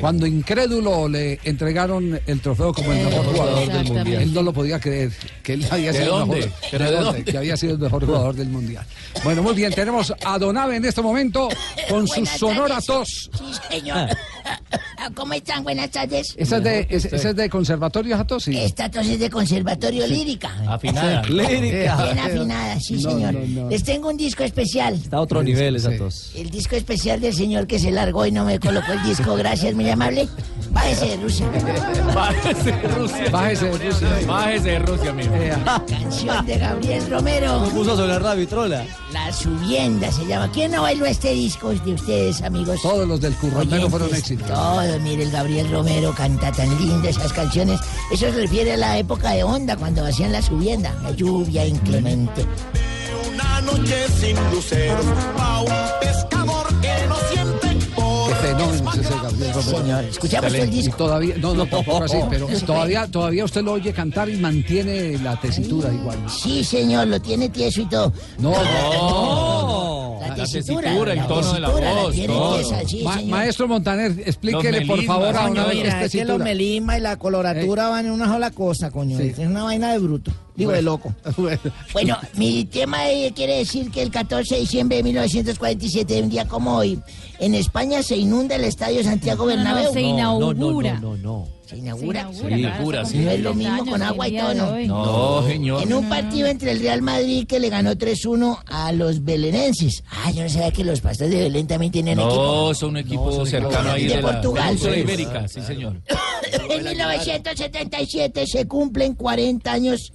[SPEAKER 8] Cuando incrédulo le entregaron el trofeo como el mejor jugador del
[SPEAKER 20] Exactamente.
[SPEAKER 8] mundial. Él no lo podía creer que él había
[SPEAKER 21] ¿De
[SPEAKER 8] sido el
[SPEAKER 21] dónde?
[SPEAKER 8] mejor,
[SPEAKER 21] ¿Pero
[SPEAKER 8] ¿De
[SPEAKER 21] de
[SPEAKER 8] dónde?
[SPEAKER 21] dónde?
[SPEAKER 8] que había sido el mejor jugador del mundial. Bueno, muy bien, tenemos a Donave en este momento con sus
[SPEAKER 35] Buenas
[SPEAKER 8] sonoras
[SPEAKER 35] tardes.
[SPEAKER 8] tos.
[SPEAKER 35] Sí, señor.
[SPEAKER 17] Ah.
[SPEAKER 35] ¿Cómo están? Buenas tardes.
[SPEAKER 8] ¿Esa es de, es, esa es de conservatorio esa tos? Sí.
[SPEAKER 35] Esta tos es de conservatorio lírica.
[SPEAKER 17] Afinada. Lírica.
[SPEAKER 35] Bien afinada, sí,
[SPEAKER 17] No,
[SPEAKER 35] señor.
[SPEAKER 17] no, no.
[SPEAKER 35] Les tengo un disco especial.
[SPEAKER 17] Está a otro nivel esa tos.
[SPEAKER 35] El disco especial del señor que se largó y no me colocó el disco. Gracias, muy amable. Bájese de Rusia.
[SPEAKER 8] Bájese de Rusia. Bájese de Rusia.
[SPEAKER 17] Bájese de Rusia, amigo.
[SPEAKER 35] Canción de Gabriel Romero.
[SPEAKER 17] Se puso sobre la vitrola.
[SPEAKER 35] La subienda se llama. ¿Quién no bailó este disco de ustedes, amigos?
[SPEAKER 8] Todos los del Currandero fueron
[SPEAKER 35] Oyentes,
[SPEAKER 8] éxitos.
[SPEAKER 35] Todos, mire, el Gabriel Romero canta tan lindo esas canciones. Eso se refiere a la época de onda, cuando hacían la subienda. La lluvia inclemente.
[SPEAKER 7] Una noche sin luceros, pa' un pescador que no siente por
[SPEAKER 8] Qué fenómeno es ese Gabriel Romero.
[SPEAKER 35] Señor, escuchamos todo el
[SPEAKER 8] Y
[SPEAKER 35] disco.
[SPEAKER 8] todavía, no, no, tampoco así,
[SPEAKER 35] No.
[SPEAKER 8] pero todavía, todavía usted lo oye cantar y mantiene la tesitura igual.
[SPEAKER 35] Sí, señor, lo tiene tieso y todo.
[SPEAKER 8] No,
[SPEAKER 17] Oh.
[SPEAKER 35] La
[SPEAKER 8] tesitura, el tono de la
[SPEAKER 35] tesitura
[SPEAKER 8] voz,
[SPEAKER 35] tiene
[SPEAKER 8] todo.
[SPEAKER 35] tiesa, sí,
[SPEAKER 8] Ma-
[SPEAKER 35] señor.
[SPEAKER 8] Maestro Montaner, explíquele por favor a una
[SPEAKER 33] Coño,
[SPEAKER 8] vez
[SPEAKER 33] mira,
[SPEAKER 8] esta
[SPEAKER 33] es que los
[SPEAKER 8] tesitura.
[SPEAKER 33] melismas y la coloratura van en una sola cosa, coño.
[SPEAKER 35] Sí.
[SPEAKER 33] Es una vaina de bruto. Digo, de loco.
[SPEAKER 35] Bueno, mi tema eh, quiere decir que el 14 de diciembre de 1947, un día como hoy, en España se inunda el Estadio Santiago
[SPEAKER 20] No, no,
[SPEAKER 35] Bernabéu.
[SPEAKER 20] se inaugura.
[SPEAKER 17] No, no.
[SPEAKER 35] ¿Se inaugura?
[SPEAKER 17] Se inaugura, Sí, claro, inaugura, se sí.
[SPEAKER 35] No
[SPEAKER 17] cumple
[SPEAKER 35] es lo
[SPEAKER 17] 30
[SPEAKER 35] mismo con
[SPEAKER 17] años
[SPEAKER 35] agua
[SPEAKER 17] el
[SPEAKER 35] y
[SPEAKER 17] día
[SPEAKER 35] todo,
[SPEAKER 17] de
[SPEAKER 35] ¿no?
[SPEAKER 17] hoy.
[SPEAKER 1] Oh,
[SPEAKER 17] No, No. señor.
[SPEAKER 35] Oh, En un partido entre el Real Madrid que le ganó 3-1 a los belenenses. Ah, yo no sabía que los pastores de Belén también tienen equipo.
[SPEAKER 1] No, son un equipo cercano ahí
[SPEAKER 35] de
[SPEAKER 1] de, la
[SPEAKER 35] Portugal.
[SPEAKER 1] península
[SPEAKER 35] Sí.
[SPEAKER 1] ibérica, sí señor.
[SPEAKER 35] En 1977 se cumplen 40 años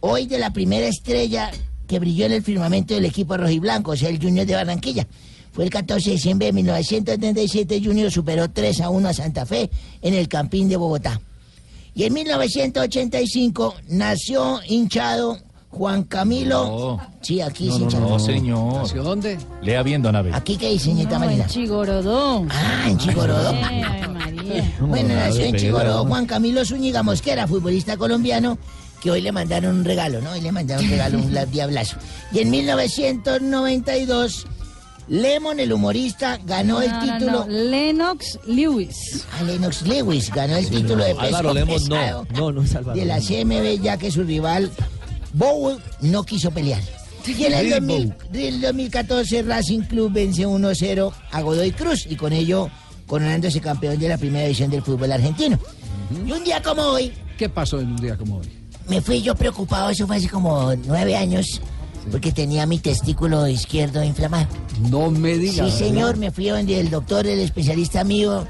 [SPEAKER 35] hoy de la primera estrella que brilló en el firmamento del equipo rojiblanco, o sea, el Junior de Barranquilla. Fue el 14 de diciembre de 1977, Junior superó 3 a 1 a Santa Fe en el Campín de Bogotá. Y en 1985 nació hinchado Juan Camilo. Sí, aquí
[SPEAKER 1] No,
[SPEAKER 35] sí,
[SPEAKER 1] no,
[SPEAKER 35] Charo.
[SPEAKER 1] no, señor.
[SPEAKER 35] ¿Hacia
[SPEAKER 1] dónde? Lea bien, don Abel.
[SPEAKER 35] ¿Aquí qué dice, señorita Marina? Chigorodó. Ah, en Chigorodó. Bueno, nació en Chigorodó Juan Camilo Zúñiga Mosquera, futbolista colombiano, que hoy le mandaron un regalo, ¿no? Hoy le mandaron un regalo, un la- diablazo. Y en 1992, Lemon, el humorista, ganó el
[SPEAKER 9] No, no,
[SPEAKER 35] título...
[SPEAKER 9] no, Lennox Lewis.
[SPEAKER 35] Ah, Lennox Lewis ganó el título
[SPEAKER 1] Ah,
[SPEAKER 35] de peso
[SPEAKER 17] Álvaro Lemos
[SPEAKER 35] pesado
[SPEAKER 17] no. No, no es Álvaro
[SPEAKER 35] de la
[SPEAKER 17] Lemos.
[SPEAKER 35] CMB, ya que su rival Bowen no quiso pelear. Y en el,
[SPEAKER 17] Real
[SPEAKER 35] 2000 del 2014 Racing Club vence 1-0 a Godoy Cruz y con ello coronándose campeón de la primera división del fútbol argentino. Y un día como hoy... ¿Qué pasó en un día como hoy? Me fui yo preocupado, eso fue hace como nueve años, porque tenía mi testículo izquierdo inflamado. No me
[SPEAKER 8] diga.
[SPEAKER 35] Sí, señor, me fui donde el doctor, el especialista mío,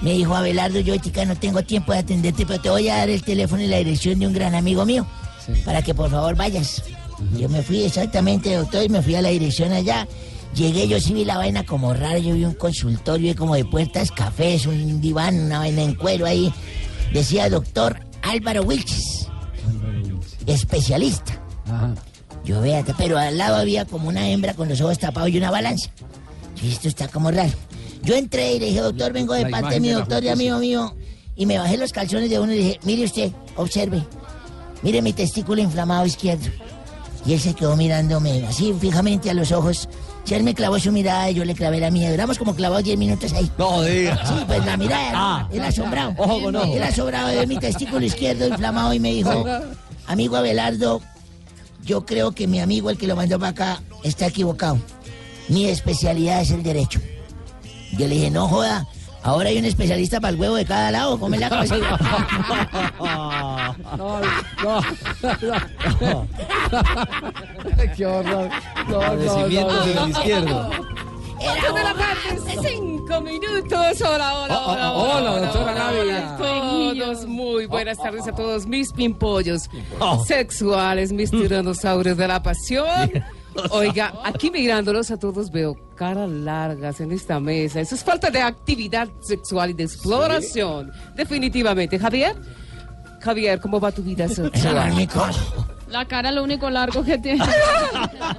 [SPEAKER 35] me dijo, Abelardo, yo ética no tengo tiempo de atenderte, pero te voy a dar el teléfono y la dirección de un gran amigo mío, para que por favor vayas. Yo me fui exactamente, doctor, y me fui a la dirección allá. Llegué, yo sí vi la vaina como rara, yo vi un consultorio como de puertas, cafés, un diván, una vaina en cuero ahí. Decía doctor Álvaro Wilches, especialista. Yo vea, pero al lado había como una hembra con los ojos tapados y una balanza. Y esto está como raro. Yo entré y le dije, doctor, vengo de
[SPEAKER 18] La
[SPEAKER 35] parte de
[SPEAKER 18] imagen
[SPEAKER 35] mi
[SPEAKER 18] de la
[SPEAKER 35] doctor y
[SPEAKER 18] justicia.
[SPEAKER 35] amigo mío. Y me bajé los calzones de uno y le dije, mire usted, observe. Mire mi testículo inflamado izquierdo. Y él se quedó mirándome así fijamente a los ojos. Si él me clavó su mirada, yo le clavé la mía. Duramos como clavados 10 minutos ahí. No, Sí, pues la mirada.
[SPEAKER 18] Ah.
[SPEAKER 35] él asombrado.
[SPEAKER 18] Ojo con ojo.
[SPEAKER 35] Él asombrado de mi testículo izquierdo inflamado y me dijo, amigo Abelardo, yo creo que mi amigo, el que lo mandó para acá, está equivocado. Mi especialidad es el derecho. Yo le dije, no joda, ahora hay un especialista para el huevo de cada lado, come la cabeza.
[SPEAKER 18] Qué horror.
[SPEAKER 17] Padecimientos del izquierdo.
[SPEAKER 18] Dos de la tarde, cinco minutos. Hola, hola,
[SPEAKER 4] Oh, oh,
[SPEAKER 18] hola.
[SPEAKER 4] oh, hola, doctora Navia. Ah,
[SPEAKER 18] hola a todos. Muy buenas tardes a todos mis pimpollos sexuales,
[SPEAKER 4] Mm.
[SPEAKER 18] mis tiranosaurios de la pasión. Oiga, aquí mirándolos a todos veo caras largas en esta mesa. Eso es falta de actividad sexual y de exploración. Definitivamente. Javier, Javier, ¿cómo va tu vida sexual?
[SPEAKER 9] La cara lo único largo que tiene.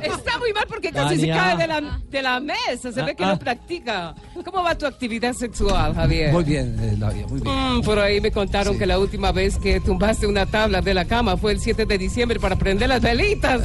[SPEAKER 18] Está muy mal porque casi se
[SPEAKER 9] Tania.
[SPEAKER 18] cae de la, de la mesa. Se
[SPEAKER 8] Ah,
[SPEAKER 18] ve que no practica. ¿Cómo va tu actividad sexual, Javier?
[SPEAKER 8] Muy bien, eh, Flavia, muy bien.
[SPEAKER 18] Mm, por ahí me contaron que la última vez que tumbaste una tabla de la cama fue el 7 de diciembre para prender las velitas.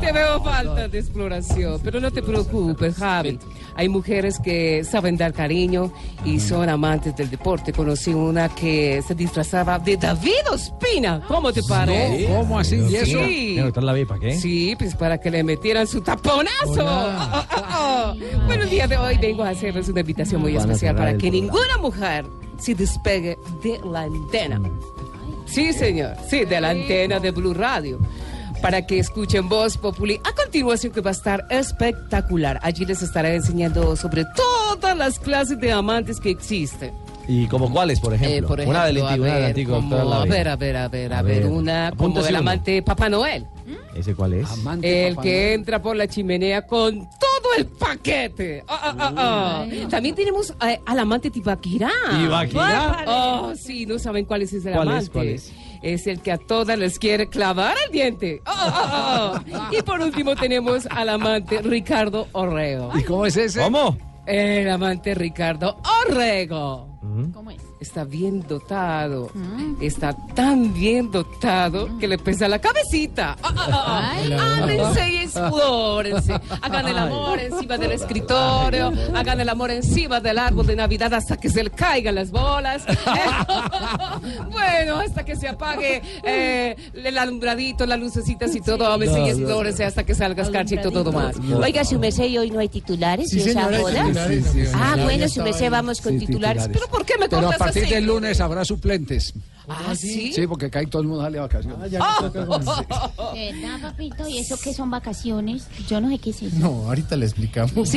[SPEAKER 18] te veo falta de exploración, pero no te preocupes, Javi. Hay mujeres que saben dar cariño y son amantes del deporte. Conocí una que se disfrazaba de David Ospina. ¿Cómo te parece?
[SPEAKER 8] No, ¿cómo así? ¿Y eso?
[SPEAKER 18] Sí.
[SPEAKER 17] Tiene que botar la vipa, ¿qué?
[SPEAKER 18] Sí, pues para que le metieran su taponazo.
[SPEAKER 17] Hola.
[SPEAKER 18] Oh, oh, oh, oh. Bueno, el día de hoy vengo a hacerles una invitación muy
[SPEAKER 17] Van a
[SPEAKER 18] especial
[SPEAKER 17] cerrar
[SPEAKER 18] para
[SPEAKER 17] el
[SPEAKER 18] que
[SPEAKER 17] programa.
[SPEAKER 18] ninguna mujer se despegue de la antena.
[SPEAKER 17] Mm.
[SPEAKER 18] Sí, señor, sí, de la antena de Blue Radio. Para que escuchen Voz Populi a continuación que va a estar espectacular. Allí les estaré enseñando sobre todas las clases de amantes que existen.
[SPEAKER 17] ¿Y como cuáles, por ejemplo?
[SPEAKER 18] Eh, por
[SPEAKER 17] una del
[SPEAKER 18] ejemplo,
[SPEAKER 17] antiguo, una
[SPEAKER 18] a
[SPEAKER 17] del
[SPEAKER 18] ver,
[SPEAKER 17] antiguo,
[SPEAKER 18] como-
[SPEAKER 17] doctora
[SPEAKER 18] a
[SPEAKER 17] Lavia.
[SPEAKER 18] ver, a ver, a ver, a
[SPEAKER 17] A
[SPEAKER 18] ver,
[SPEAKER 17] ver,
[SPEAKER 18] una como
[SPEAKER 17] apúntese
[SPEAKER 18] el
[SPEAKER 17] uno.
[SPEAKER 18] amante de Papá Noel.
[SPEAKER 17] ¿Ese cuál es?
[SPEAKER 18] El que entra por la chimenea con todo el paquete. Ah, ah, ah, ah. También tenemos eh, al amante Tibaquirá.
[SPEAKER 17] ¿Tibaquirá?
[SPEAKER 18] Oh, sí, no saben cuál es ese
[SPEAKER 17] ¿Cuál es,
[SPEAKER 18] amante.
[SPEAKER 17] cuál es?
[SPEAKER 18] Es el que a todas les quiere clavar el diente. Ah, ah, ah, ah. Y por último tenemos al amante Ricardo Orrego. ¿Y cómo es ese?
[SPEAKER 17] ¿Cómo?
[SPEAKER 18] El amante Ricardo Orrego.
[SPEAKER 26] Mm.
[SPEAKER 18] Está bien dotado. Está tan bien dotado que le pesa la cabecita. Ah, ah, ah.
[SPEAKER 36] Ay.
[SPEAKER 18] Ámense y explórense. Hagan el amor encima del escritorio. Hagan el amor encima del árbol de Navidad hasta que se le caigan las bolas. bueno, hasta que se apague eh, el alumbradito, las lucecitas y todo. Ámense
[SPEAKER 26] No,
[SPEAKER 18] y
[SPEAKER 26] no.
[SPEAKER 18] explórense hasta que salga escarcha y todo más.
[SPEAKER 26] No. Oiga, su merced, ¿y hoy no hay titulares.
[SPEAKER 18] Sí,
[SPEAKER 26] ¿Y esa
[SPEAKER 18] señora, hay
[SPEAKER 26] boda?
[SPEAKER 18] titulares, sí, señora.
[SPEAKER 26] ah,
[SPEAKER 8] Ya
[SPEAKER 26] bueno, su
[SPEAKER 8] estaba
[SPEAKER 26] merced,
[SPEAKER 8] ahí.
[SPEAKER 26] vamos con
[SPEAKER 8] Sí,
[SPEAKER 26] titulares.
[SPEAKER 8] titulares.
[SPEAKER 26] ¿Pero por qué me
[SPEAKER 8] Pero a
[SPEAKER 26] cortas
[SPEAKER 8] partir
[SPEAKER 26] así?
[SPEAKER 8] del lunes habrá suplentes.
[SPEAKER 26] Ah, ¿sí? Ah,
[SPEAKER 8] Sí, porque cae todo el mundo sale de vacaciones. Ah.
[SPEAKER 37] ¿Verdad, papito? ¿Y eso qué son vacaciones? Yo no sé qué es eso.
[SPEAKER 38] No, ahorita le explicamos.